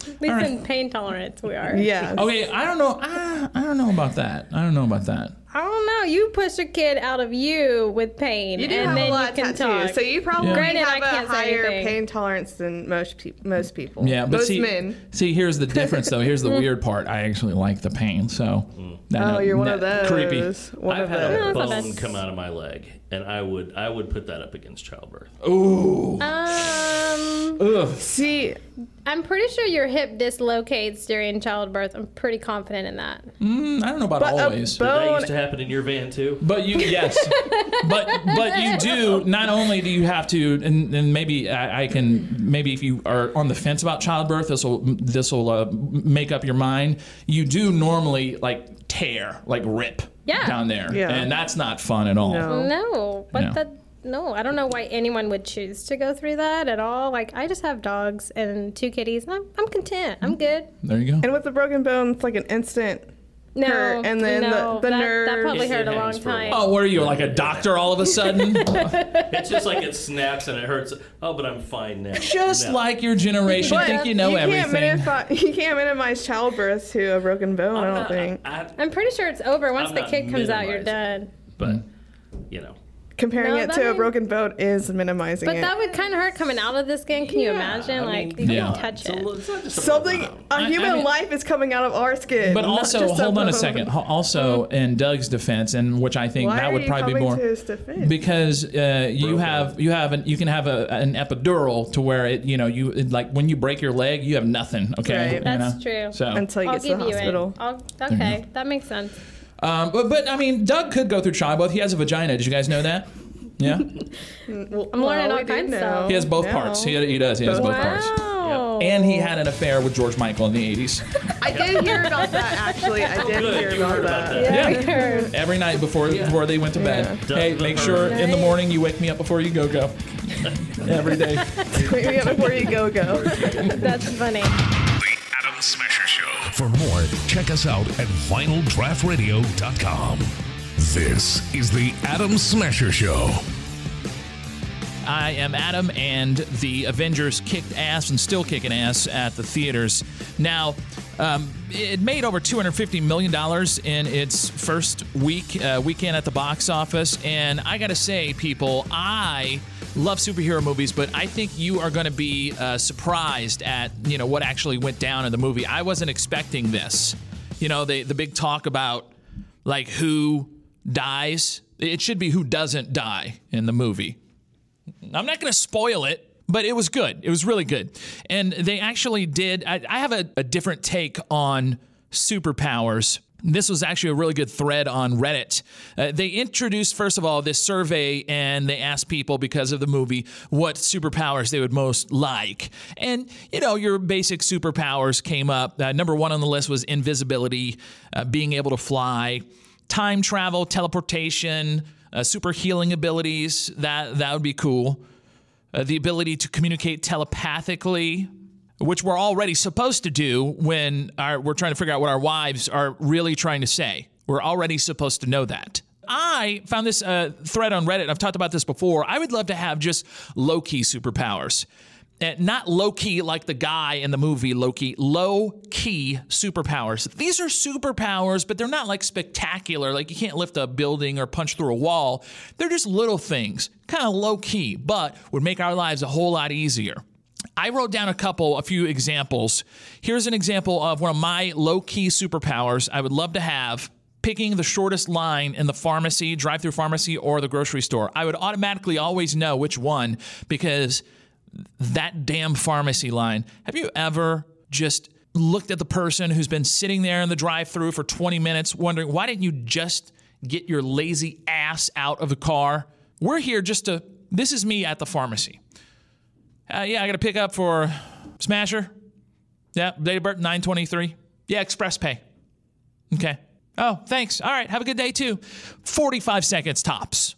Speaker 8: At least in pain tolerance, we are.
Speaker 7: Yeah.
Speaker 9: Oh,
Speaker 2: Okay, I don't know. I, I don't know about that. I don't know about that.
Speaker 8: I don't know. You push a kid out of you with pain,
Speaker 7: You do
Speaker 8: and
Speaker 7: have
Speaker 8: then
Speaker 7: a lot
Speaker 8: you can
Speaker 7: of
Speaker 8: talk.
Speaker 7: tattoos, so you probably
Speaker 2: Yeah.
Speaker 8: Granted, I
Speaker 7: have a
Speaker 8: can't say
Speaker 7: higher
Speaker 8: anything.
Speaker 7: pain tolerance than most peop most people.
Speaker 2: Yeah, but
Speaker 7: most
Speaker 2: see,
Speaker 7: men. Mm.
Speaker 2: see, here's the difference, though. Here's the weird part. I actually like the pain, so that-
Speaker 7: Oh, you're one of
Speaker 2: that-
Speaker 7: those.
Speaker 2: Creepy.
Speaker 7: One
Speaker 9: I've
Speaker 7: of
Speaker 9: had
Speaker 7: those.
Speaker 9: a
Speaker 8: No, that's not
Speaker 9: bone
Speaker 8: bad.
Speaker 9: come out of my leg, and I would I would put that up against childbirth.
Speaker 2: Ooh,
Speaker 8: um,
Speaker 2: ugh.
Speaker 7: See,
Speaker 8: I'm pretty sure your hip dislocates during childbirth. I'm pretty confident in that.
Speaker 2: Mm, I don't know about
Speaker 7: a
Speaker 2: always.
Speaker 7: bone-
Speaker 9: That used to happen in your van too.
Speaker 2: But you, yes, but but you do. Not only do you have to, and, and maybe I, I can, maybe if you are on the fence about childbirth, this will this will uh, make up your mind. You do normally like tear, like rip
Speaker 8: Yeah.
Speaker 2: down there,
Speaker 7: Yeah.
Speaker 2: and that's not fun at all.
Speaker 9: Oh.
Speaker 7: no.
Speaker 8: No, but
Speaker 2: No.
Speaker 8: that no, I don't know why anyone would choose to go through that at all. Like I just have dogs and two kitties, and I'm, I'm content. I'm good.
Speaker 2: There you go.
Speaker 7: And with the broken bone, it's like an instant.
Speaker 8: No,
Speaker 7: Her- and then the-
Speaker 8: no,
Speaker 7: the
Speaker 8: that, that
Speaker 7: nerves.
Speaker 8: probably
Speaker 9: It
Speaker 8: hurt a
Speaker 9: hangs
Speaker 8: long
Speaker 9: for a
Speaker 8: time.
Speaker 2: Oh, where are you? Like a doctor all of a sudden?
Speaker 9: It's just like it snaps and it hurts. Oh, but I'm fine now.
Speaker 2: Just
Speaker 9: No.
Speaker 2: like your generation,
Speaker 7: But
Speaker 2: think you know
Speaker 7: can't
Speaker 2: everything.
Speaker 7: minimi- you can't minimize childbirth to a broken bone. I don't
Speaker 8: uh,
Speaker 9: I-
Speaker 7: think.
Speaker 9: I,
Speaker 8: I'm pretty sure it's over once
Speaker 9: I'm
Speaker 8: the
Speaker 9: not
Speaker 8: kid comes out. You're
Speaker 9: minimizing.
Speaker 8: done.
Speaker 9: but you know,
Speaker 7: Comparing
Speaker 8: No,
Speaker 7: it
Speaker 8: that
Speaker 7: to a
Speaker 8: would-
Speaker 7: broken bone is minimizing
Speaker 8: But
Speaker 7: it.
Speaker 8: that would kind of hurt coming out of the skin. Can you imagine?
Speaker 9: I mean,
Speaker 8: like you
Speaker 9: come
Speaker 2: Yeah.
Speaker 8: can't
Speaker 9: on.
Speaker 8: touch
Speaker 9: It's a
Speaker 8: it.
Speaker 9: little- it's not just a
Speaker 7: Something,
Speaker 9: little-
Speaker 7: a
Speaker 2: I- I
Speaker 7: human
Speaker 2: mean-
Speaker 7: life is coming out of our skin.
Speaker 2: But
Speaker 7: not
Speaker 2: also,
Speaker 7: just a
Speaker 2: hold on a
Speaker 7: bone.
Speaker 2: second. Ho- Also, in Doug's defense, and which I think
Speaker 7: Why
Speaker 2: that
Speaker 7: are
Speaker 2: would
Speaker 7: you
Speaker 2: probably be
Speaker 7: coming
Speaker 2: more
Speaker 7: To his defense?
Speaker 2: because uh, you
Speaker 9: Broken.
Speaker 2: have you have an, you can have a, an epidural to where it you know you it, like when you break your leg you have nothing. Okay,
Speaker 7: Right.
Speaker 2: you
Speaker 8: That's
Speaker 2: know?
Speaker 8: true.
Speaker 2: So
Speaker 7: until you
Speaker 8: I'll
Speaker 7: get to
Speaker 8: give
Speaker 7: the
Speaker 8: you
Speaker 7: hospital.
Speaker 8: it. I'll, okay, that makes sense.
Speaker 2: Um, but, but I mean, Doug could go through childbirth. He has a vagina. Did you guys know that? Yeah,
Speaker 8: I'm
Speaker 7: oh,
Speaker 8: learning all kinds of stuff.
Speaker 2: he has both parts. He, he does. He has both parts.
Speaker 8: Wow.
Speaker 2: And he had an affair with George Michael in the 80s.
Speaker 7: I did hear about that actually. I did
Speaker 9: Good,
Speaker 7: hear
Speaker 9: you heard
Speaker 7: about
Speaker 9: about that.
Speaker 7: that.
Speaker 2: Yeah. Every night before before they went to bed.
Speaker 9: Yeah.
Speaker 2: Hey,
Speaker 9: Does the
Speaker 2: make sure
Speaker 9: bird.
Speaker 2: in the morning you wake me up before you go go. Every day.
Speaker 7: Wait, we got before you go go.
Speaker 8: That's funny.
Speaker 6: The Adam Smasher Show. For more, check us out at vinyldraftradio.com. This is the Adam Smasher Show.
Speaker 2: I am Adam, and the Avengers kicked ass and still kicking ass at the theaters. Now, um, it made over $250 million in its first week, uh, weekend at the box office. And I got to say, people, I love superhero movies, but I think you are going to be uh, surprised at, you know, what actually went down in the movie. I wasn't expecting this. You know, the, the big talk about like who dies. It should be who doesn't die in the movie. I'm not going to spoil it, but it was good. It was really good. And they actually did, I, I have a, a different take on superpowers. This was actually a really good thread on Reddit. Uh, they introduced, first of all, this survey and they asked people because of the movie what superpowers they would most like. And, you know, your basic superpowers came up. Uh, number one on the list was invisibility, uh, being able to fly time travel, teleportation, uh, super healing abilities. That that would be cool. Uh, the ability to communicate telepathically, which we're already supposed to do when our, we're trying to figure out what our wives are really trying to say. We're already supposed to know that. I found this uh, thread on Reddit. and I've talked about this before. I would love to have just low key superpowers. And not low key like the guy in the movie Loki, low key superpowers. These are superpowers, but they're not like spectacular. Like you can't lift a building or punch through a wall. They're just little things, kind of low key, but would make our lives a whole lot easier. I wrote down a couple, a few examples. Here's an example of one of my low key superpowers I would love to have picking the shortest line in the pharmacy, drive through pharmacy, or the grocery store. I would automatically always know which one because that damn pharmacy line. Have you ever just looked at the person who's been sitting there in the drive through for 20 minutes wondering, why didn't you just get your lazy ass out of the car? We're here just to, this is me at the pharmacy. Uh, yeah, I got to pick up for Smasher. Yeah, date of birth 923. Yeah, express pay. Okay. Oh, thanks. All right, have a good day too. 45 seconds tops.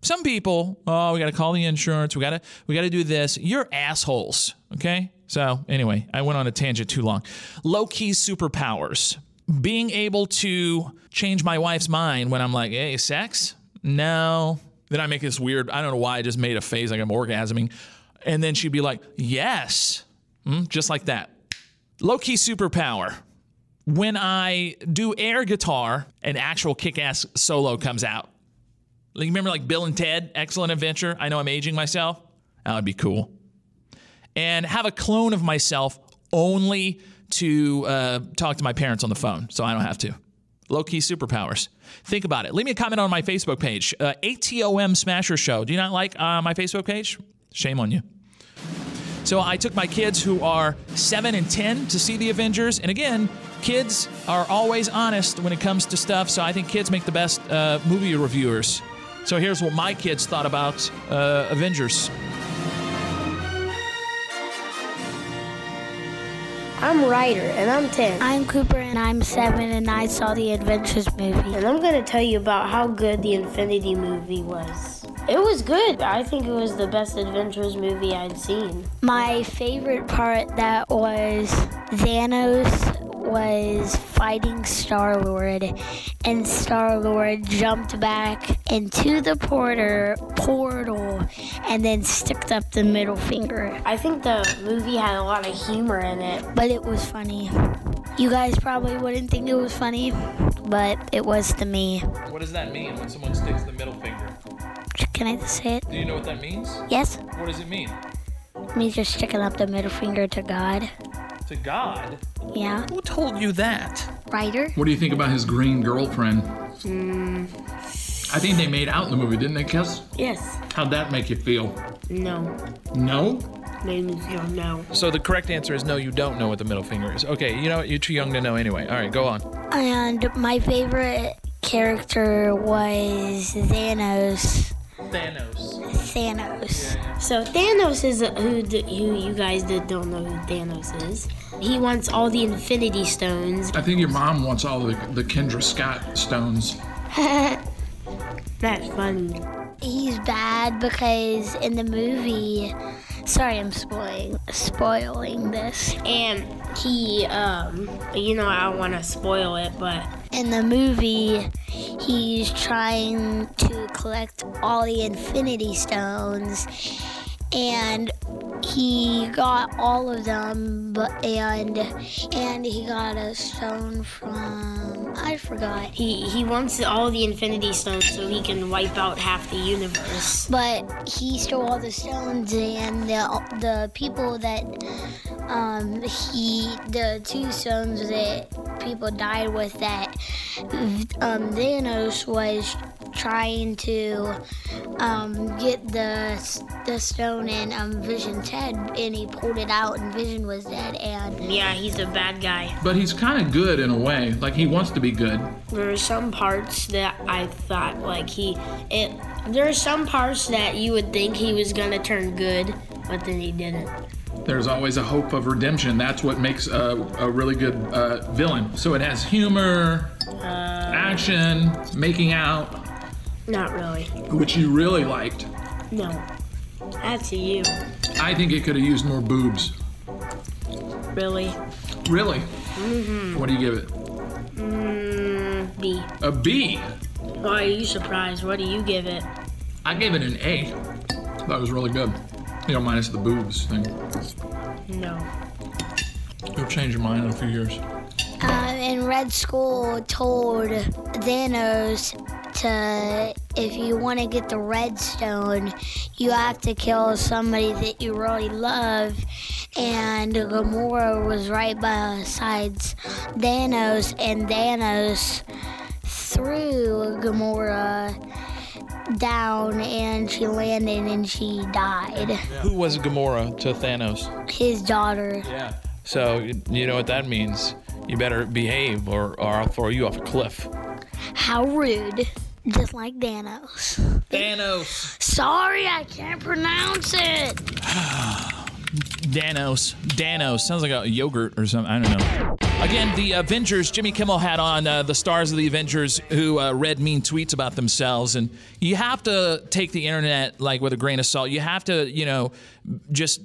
Speaker 2: Some people, oh, we got to call the insurance. We got to we got to do this. You're assholes, okay? So, anyway, I went on a tangent too long. Low-key superpowers. Being able to change my wife's mind when I'm like, "Hey, sex?" No. Then I make this weird, I don't know why I just made a face like I'm orgasming. And then she'd be like, "Yes." Mm, just like that. Low-key superpower when I do air guitar, an actual kick ass solo comes out. Like, remember, like Bill and Ted, Excellent Adventure? I know I'm aging myself. That would be cool. And have a clone of myself only to uh, talk to my parents on the phone so I don't have to. Low key superpowers. Think about it. Leave me a comment on my Facebook page, uh, ATOM Smasher Show. Do you not like uh, my Facebook page? Shame on you. So I took my kids who are seven and 10 to see the Avengers. And again, kids are always honest when it comes to stuff. So I think kids make the best uh, movie reviewers. So here's what my kids thought about uh, Avengers.
Speaker 11: I'm Ryder, and I'm 10.
Speaker 1: I'm Cooper and I'm seven and I saw the Adventures movie.
Speaker 11: And I'm going to tell you about how good the Infinity movie was. It was good. I think it was the best adventures movie I'd seen.
Speaker 1: My favorite part that was Thanos was fighting Star Lord, and Star Lord jumped back into the porter portal and then stuck up the middle finger.
Speaker 11: I think the movie had a lot of humor in it.
Speaker 1: But it was funny. You guys probably wouldn't think it was funny, but it was to me.
Speaker 2: What does that mean when someone sticks the middle finger?
Speaker 1: Can I just say it?
Speaker 2: Do you know what that means?
Speaker 1: Yes?
Speaker 2: What does it mean?
Speaker 1: Me just sticking up the middle finger to God.
Speaker 2: To God?
Speaker 1: Yeah.
Speaker 2: Who told you that?
Speaker 1: Writer?
Speaker 10: What do you think about his green girlfriend?
Speaker 11: Hmm.
Speaker 10: I think they made out in the movie, didn't they, Kiss?
Speaker 11: Yes.
Speaker 10: How'd that make you feel?
Speaker 11: No.
Speaker 10: No?
Speaker 11: Made me feel no.
Speaker 2: So the correct answer is no, you don't know what the middle finger is. Okay, you know what? You're too young to know anyway. All right, go on.
Speaker 1: And my favorite character was Thanos.
Speaker 2: Thanos.
Speaker 1: Thanos.
Speaker 11: So Thanos is who d- who you guys that don't know who Thanos is. He wants all the Infinity Stones.
Speaker 10: I think your mom wants all the, the Kendra Scott stones.
Speaker 11: That's funny.
Speaker 1: He's bad because in the movie, sorry, I'm spoiling spoiling this.
Speaker 11: And he, um, you know, I don't want to spoil it, but
Speaker 1: In the movie, he's trying to collect all the Infinity Stones, and he got all of them, but and and he got a stone from I forgot.
Speaker 11: he he wants all the Infinity Stones so he can wipe out half the universe.
Speaker 1: But he stole all the stones, and the, the people that um, he, the two stones that people died with, that um, Thanos was trying to um, get the the stone in um, Vision's head, and he pulled it out, and Vision was dead. And
Speaker 11: Yeah, he's a bad guy.
Speaker 10: But he's kind of good in a way. Like he wants to be good.
Speaker 11: There are some parts that I thought like he it. There are some parts that you would think he was gonna turn good, but then he didn't.
Speaker 10: There's always a hope of redemption. That's what makes a, a really good uh, villain. So it has humor,
Speaker 11: Uh.
Speaker 10: action, making out,
Speaker 11: Not really.
Speaker 10: which you really liked.
Speaker 11: No. That's you.
Speaker 10: I think it could have used more boobs.
Speaker 11: Really.
Speaker 10: Really? What do you give it?
Speaker 11: Mm, B.
Speaker 10: A B.
Speaker 11: Why are you surprised? What do you give it?
Speaker 10: I gave it an A. That was really good. You know, minus the boobs thing.
Speaker 11: No.
Speaker 10: You'll change your mind in a few years.
Speaker 1: um, and Red Skull told Thanos to, if you want to get the Redstone, you have to kill somebody that you really love. And Gamora was right beside Thanos, and Thanos threw Gamora down, and she landed, and she died.
Speaker 2: Who was Gamora to Thanos?
Speaker 1: His daughter.
Speaker 2: Yeah. So y- you know what that means. You better behave, or, or I'll throw you off a cliff.
Speaker 1: How rude. Just like Thanos.
Speaker 2: Thanos.
Speaker 1: Sorry, I can't pronounce it.
Speaker 2: Danos. Danos sounds like a yogurt or something. I don't know. Again, the Avengers. Jimmy Kimmel had on uh, the stars of the Avengers who uh, read mean tweets about themselves, and you have to take the internet like with a grain of salt. You have to, you know, just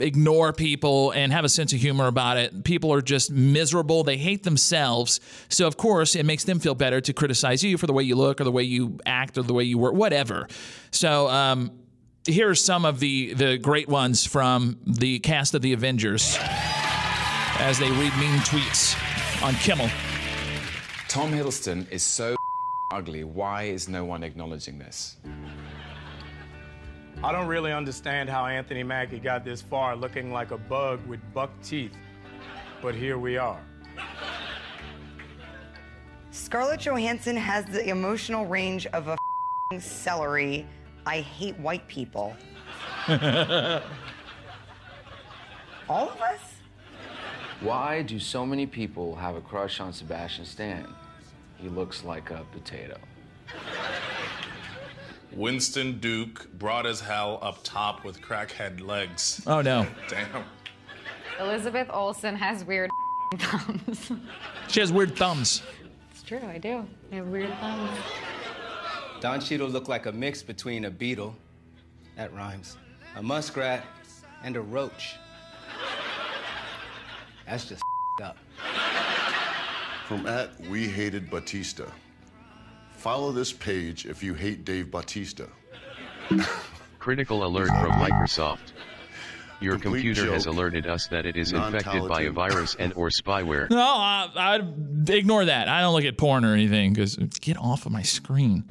Speaker 2: ignore people and have a sense of humor about it. People are just miserable. They hate themselves. So, of course, it makes them feel better to criticize you for the way you look or the way you act or the way you work, whatever. So, um, here are some of the, the great ones from the cast of the Avengers as they read mean tweets on Kimmel.
Speaker 12: Tom Hiddleston is so ugly. Why is no one acknowledging this?
Speaker 13: I don't really understand how Anthony Mackie got this far looking like a bug with buck teeth, but here we are.
Speaker 14: Scarlett Johansson has the emotional range of a fing celery. I hate white people. All of us?
Speaker 12: Why do so many people have a crush on Sebastian Stan? He looks like a potato.
Speaker 15: Winston Duke, broad as hell up top with crackhead legs.
Speaker 10: Uh.
Speaker 2: Oh no.
Speaker 15: Damn.
Speaker 16: Elizabeth Olsen has weird thumbs.
Speaker 2: She has weird thumbs.
Speaker 16: It's true, I do. I have weird thumbs.
Speaker 17: Don Cheadle looked like a mix between a beetle, that rhymes, a muskrat, and a roach. That's just up.
Speaker 18: From at We Hated Batista. Follow this page if you hate Dave Batista.
Speaker 19: Critical alert from Microsoft. Your computer has
Speaker 2: joke.
Speaker 19: alerted us that it is infected by a
Speaker 2: Non-talented.
Speaker 19: virus and or spyware.
Speaker 2: No, I, I ignore that. I don't look at porn or anything because get off of my screen.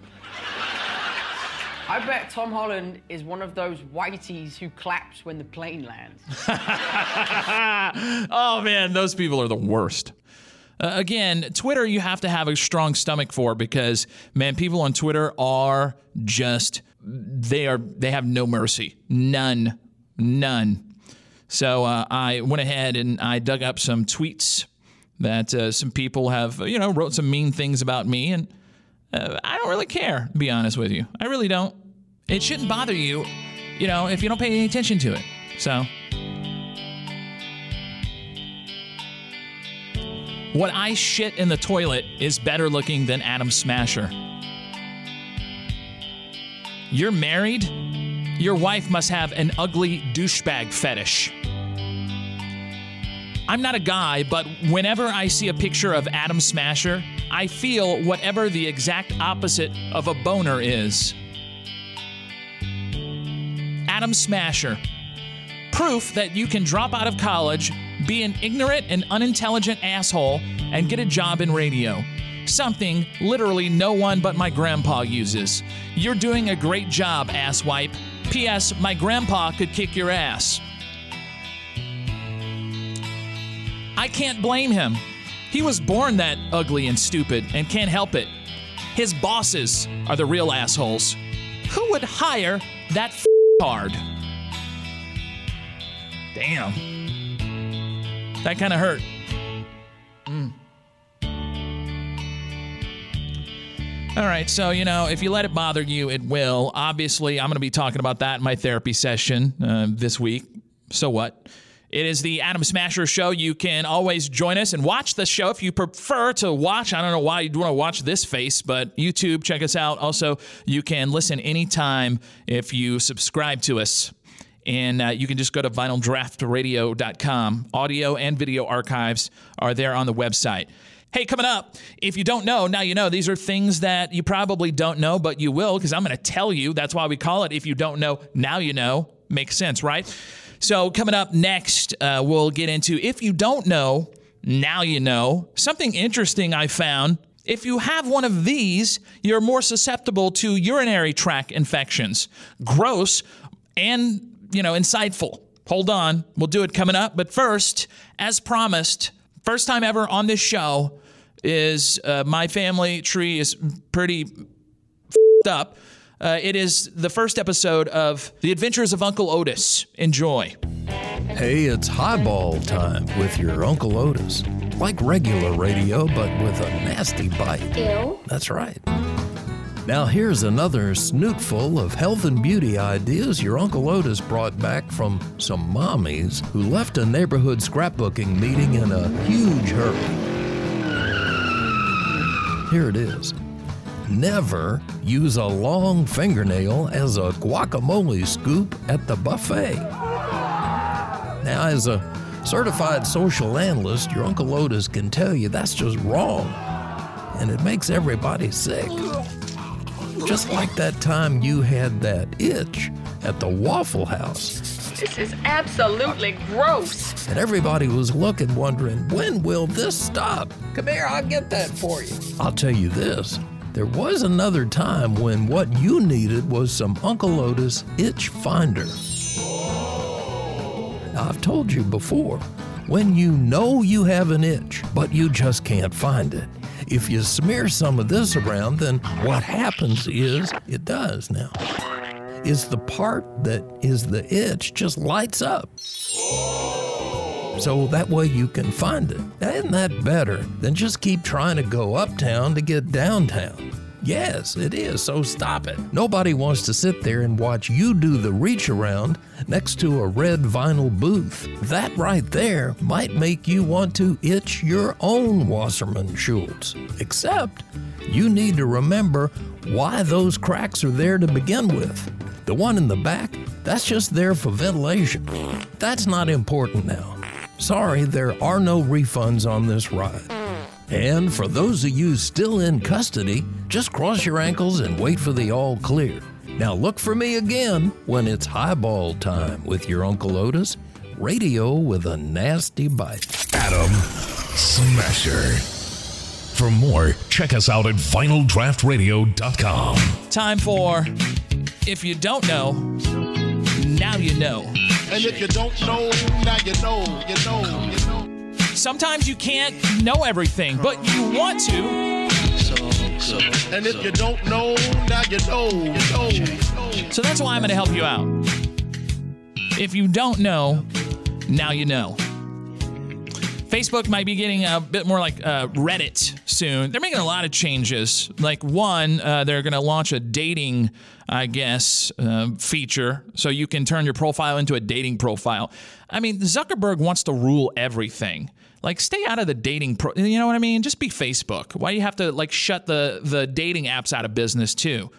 Speaker 20: I bet Tom Holland is one of those whiteys who claps when the plane lands.
Speaker 2: oh man, those people are the worst. Uh, again, Twitter you have to have a strong stomach for because man, people on Twitter are just they are they have no mercy, none, none. So uh, I went ahead and I dug up some tweets that uh, some people have you know wrote some mean things about me, and uh, I don't really care, to be honest with you. I really don't. It shouldn't bother you, you know, if you don't pay any attention to it. So, what I shit in the toilet is better looking than Adam Smasher. You're married? Your wife must have an ugly douchebag fetish. I'm not a guy, but whenever I see a picture of Adam Smasher, I feel whatever the exact opposite of a boner is. Adam Smasher. Proof that you can drop out of college, be an ignorant and unintelligent asshole, and get a job in radio. Something literally no one but my grandpa uses. You're doing a great job, asswipe. P.S. My grandpa could kick your ass. I can't blame him. He was born that ugly and stupid and can't help it. His bosses are the real assholes. Who would hire that f- hard? Damn. That kind of hurt. Mm. All right, so you know, if you let it bother you, it will. Obviously, I'm going to be talking about that in my therapy session uh, this week. So what? It is the Adam Smasher show. You can always join us and watch the show if you prefer to watch. I don't know why you'd want to watch this face, but YouTube, check us out. Also, you can listen anytime if you subscribe to us. And uh, you can just go to vinyldraftradio.com. Audio and video archives are there on the website. Hey, coming up, if you don't know, now you know. These are things that you probably don't know, but you will because I'm going to tell you. That's why we call it If You Don't Know, Now You Know. Makes sense, right? So, coming up next, uh, we'll get into If You Don't Know, Now You Know. Something interesting I found. If you have one of these, you're more susceptible to urinary tract infections. Gross and, you know, insightful. Hold on, we'll do it coming up. But first, as promised, first time ever on this show is uh, my family tree is pretty f***ed up. Uh, it is the first episode of The Adventures of Uncle Otis. Enjoy.
Speaker 21: Hey, it's highball time with your Uncle Otis. Like regular radio, but with a nasty bite.
Speaker 4: Ew.
Speaker 21: That's right. Now, here's another snootful of health and beauty ideas your Uncle Otis brought back from some mommies who left a neighborhood scrapbooking meeting in a huge hurry. Here it is. Never use a long fingernail as a guacamole scoop at the buffet. Now, as a certified social analyst, your Uncle Otis can tell you that's just wrong, and it makes everybody sick. Just like that time you had that itch at the Waffle House,
Speaker 4: This is absolutely gross.
Speaker 21: and everybody was looking, wondering, when will this stop?
Speaker 4: Come here, I'll get that for you.
Speaker 21: I'll tell you this there was another time when what you needed was some Uncle Otis itch finder. Now, I've told you before when you know you have an itch, but you just can't find it. If you smear some of this around, then what happens is it does now. Is the part that is the itch just lights up. So that way you can find it. Now, isn't that better than just keep trying to go uptown to get downtown? Yes, it is, so stop it. Nobody wants to sit there and watch you do the reach around next to a red vinyl booth. That right there might make you want to itch your own Wasserman Schultz. Except, you need to remember why those cracks are there to begin with. The one in the back, that's just there for ventilation. That's not important now. Sorry, there are no refunds on this ride. And for those of you still in custody, just cross your ankles and wait for the all clear. Now look for me again when it's highball time with your Uncle Otis, radio with a nasty bite.
Speaker 6: Adam Smasher. For more, check us out at vinyldraftradio.com.
Speaker 2: Time for If You Don't Know, Now You Know.
Speaker 22: And if you don't know, now you know, you know, you know.
Speaker 2: Sometimes you can't know everything, but you want to.
Speaker 22: And if you don't know, now you know, you know.
Speaker 2: So that's why I'm going to help you out. If you don't know, now you know. Facebook might be getting a bit more like uh, Reddit soon. They're making a lot of changes. Like one, uh, they're going to launch a dating, I guess, um, feature, so you can turn your profile into a dating profile. I mean, Zuckerberg wants to rule everything. Like, stay out of the dating. Pro- you know what I mean? Just be Facebook. Why do you have to like shut the the dating apps out of business too?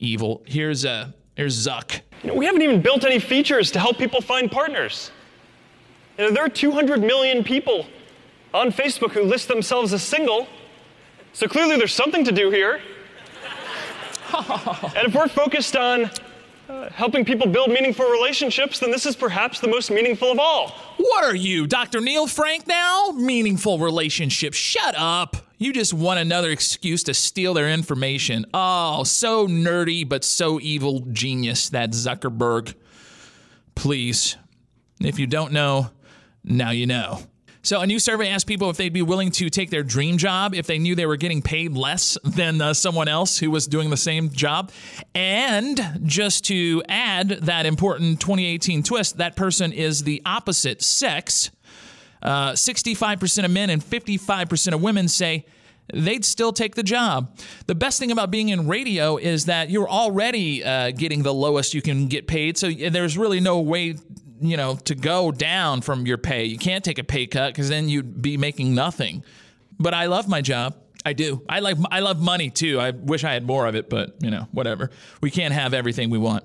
Speaker 2: Evil. Here's uh, here's Zuck.
Speaker 3: You know, we haven't even built any features to help people find partners. You know, there are 200 million people on Facebook who list themselves as single, so clearly there's something to do here. and if we're focused on uh, helping people build meaningful relationships, then this is perhaps the most meaningful of all.
Speaker 2: What are you, Dr. Neil Frank now? Meaningful relationship. Shut up. You just want another excuse to steal their information. Oh, so nerdy, but so evil genius, that Zuckerberg. Please. If you don't know, now you know. So, a new survey asked people if they'd be willing to take their dream job if they knew they were getting paid less than uh, someone else who was doing the same job. And just to add that important 2018 twist, that person is the opposite sex. Uh, 65% of men and 55% of women say they'd still take the job. The best thing about being in radio is that you're already uh, getting the lowest you can get paid, so there's really no way you know to go down from your pay. You can't take a pay cut because then you'd be making nothing. But I love my job. I do. I like. I love money too. I wish I had more of it, but you know, whatever. We can't have everything we want.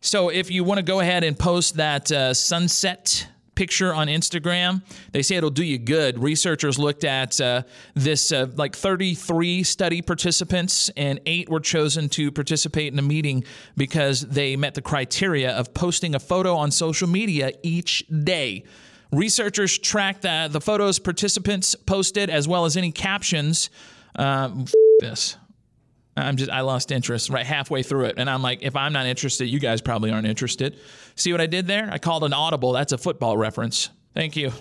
Speaker 2: So if you want to go ahead and post that uh, sunset picture on Instagram. They say it'll do you good. Researchers looked at uh, this, uh, like 33 study participants, and eight were chosen to participate in a meeting because they met the criteria of posting a photo on social media each day. Researchers tracked uh, the photos participants posted as well as any captions. Um, f- this. I'm just I lost interest right halfway through it, and I'm like, if I'm not interested, you guys probably aren't interested. See what I did there? I called an audible. That's a football reference. Thank you.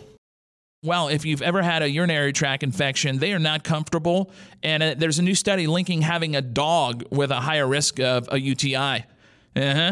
Speaker 2: Well, if you've ever had a urinary tract infection, they are not comfortable, and uh, there's a new study linking having a dog with a higher risk of a UTI. Uh huh.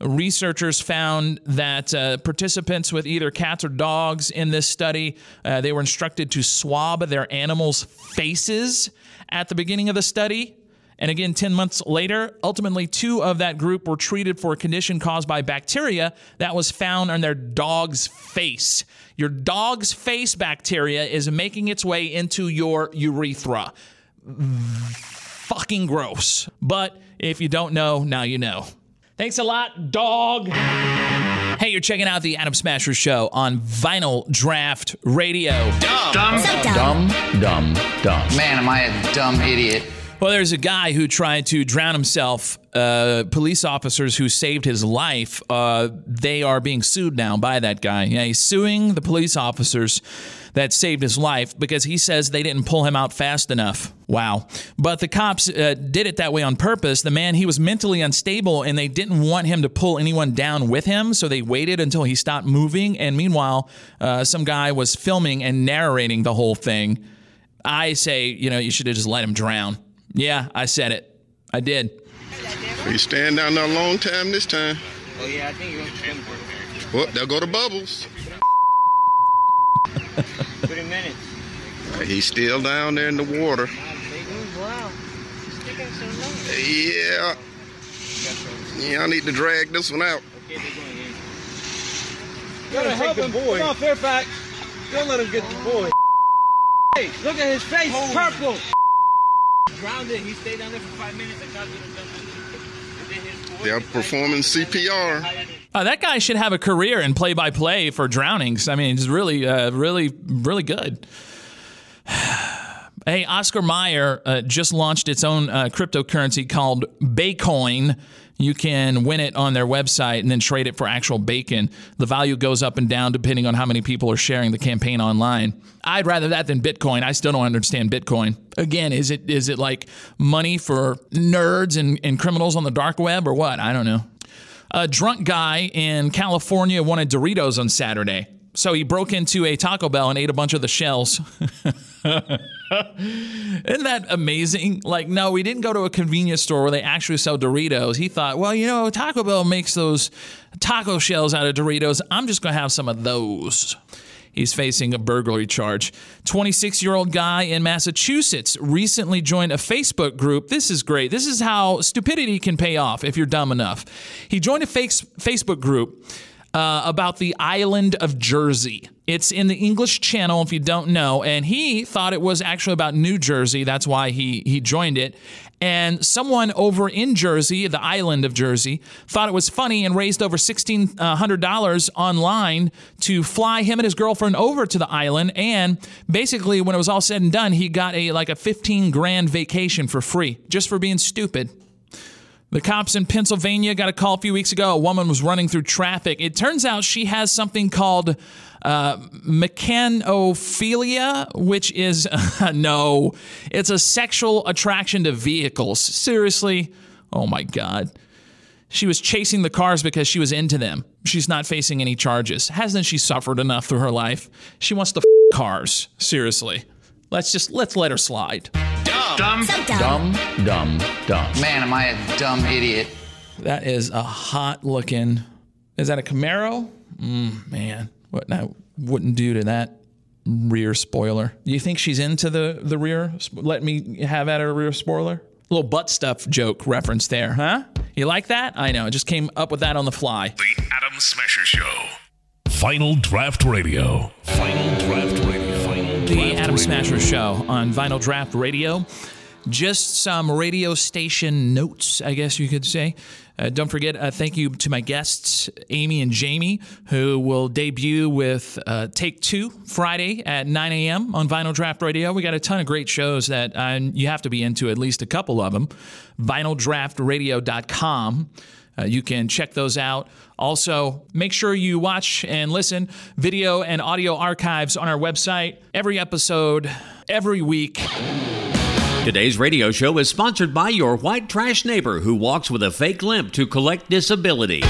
Speaker 2: Researchers found that uh, participants with either cats or dogs in this study, uh, they were instructed to swab their animals' faces at the beginning of the study. And again, 10 months later, ultimately two of that group were treated for a condition caused by bacteria that was found on their dog's face. Your dog's face bacteria is making its way into your urethra. Fucking gross. But if you don't know, now you know. Thanks a lot, dog. Hey, you're checking out the Adam Smasher Show on Vinyl Draft Radio.
Speaker 5: Dumb. So dumb.
Speaker 2: dumb, dumb.
Speaker 5: Man, am I a dumb idiot.
Speaker 2: Well, there's a guy who tried to drown himself. Uh, police officers who saved his life, uh, they are being sued now by that guy. Yeah, he's suing the police officers that saved his life because he says they didn't pull him out fast enough. Wow. But the cops uh, did it that way on purpose. The man, he was mentally unstable and they didn't want him to pull anyone down with him. So they waited until he stopped moving. And meanwhile, uh, some guy was filming and narrating the whole thing. I say, you know, you should have just let him drown. Yeah, I said it. I did.
Speaker 23: You staying down there a long time this time.
Speaker 5: Oh yeah, I think you're gonna spend
Speaker 23: Well, there go the bubbles.
Speaker 5: thirty minutes.
Speaker 23: He's still down there in the water.
Speaker 5: Wow. Sticking so long.
Speaker 23: Yeah. Yeah, I need to drag this one out.
Speaker 24: Gotta help him. Boy. Come on, Fairfax. Don't let him get the boy. Hey, look at his face, purple.
Speaker 5: Grounded. He stayed down there for five minutes. I got to the dump. And then his boy.
Speaker 23: They're performing CPR.
Speaker 2: Uh, that guy should have a career in play by play for drownings. I mean, he's really, uh, really, really good. hey, Oscar Mayer uh, just launched its own uh, cryptocurrency called Baycoin. You can win it on their website and then trade it for actual bacon. The value goes up and down depending on how many people are sharing the campaign online. I'd rather that than Bitcoin. I still don't understand Bitcoin. Again, is it is it like money for nerds and, and criminals on the dark web or what? I don't know. A drunk guy in California wanted Doritos on Saturday. So he broke into a Taco Bell and ate a bunch of the shells. Isn't that amazing? Like, no, we didn't go to a convenience store where they actually sell Doritos. He thought, well, you know, Taco Bell makes those taco shells out of Doritos. I'm just going to have some of those. He's facing a burglary charge. 26 year old guy in Massachusetts recently joined a Facebook group. This is great. This is how stupidity can pay off if you're dumb enough. He joined a face- Facebook group uh, about the island of Jersey. It's in the English Channel, if you don't know. And he thought it was actually about New Jersey. That's why he he joined it. And someone over in Jersey, the island of Jersey, thought it was funny and raised over sixteen hundred dollars online to fly him and his girlfriend over to the island. And basically, when it was all said and done, he got a like a fifteen grand vacation for free just for being stupid. The cops in Pennsylvania got a call a few weeks ago. A woman was running through traffic. It turns out she has something called uh, mechanophilia, which is no, it's a sexual attraction to vehicles. Seriously? Oh my God. She was chasing the cars because she was into them. She's not facing any charges. Hasn't she suffered enough through her life? She wants to f- cars. Seriously. Let's just let's let her slide.
Speaker 7: Dumb.
Speaker 2: Dumb, dumb, dumb.
Speaker 7: Man, am I a dumb idiot.
Speaker 2: That is a hot looking. Is that a Camaro? Mm, man, what I wouldn't do to that rear spoiler. You think she's into the the rear? sp- Let me have at her rear spoiler. Little butt stuff joke reference there, huh? You like that? I know. I just came up with that on the fly.
Speaker 6: Adam Smasher Show. Final Draft Radio. Final Draft Radio. Final
Speaker 2: The Adam Smasher Show on Vinyl Draft Radio. Just some radio station notes, I guess you could say. Uh, don't forget, uh, thank you to my guests, Amy and Jamie, who will debut with uh, Take Two Friday at 9 a.m. on Vinyl Draft Radio. We got a ton of great shows that uh, you have to be into, at least a couple of them. VinylDraftRadio.com. Uh, you can check those out. Also, make sure you watch and listen video and audio archives on our website every episode, every week.
Speaker 8: Today's radio show is sponsored by your white trash neighbor who walks with a fake limp to collect disability.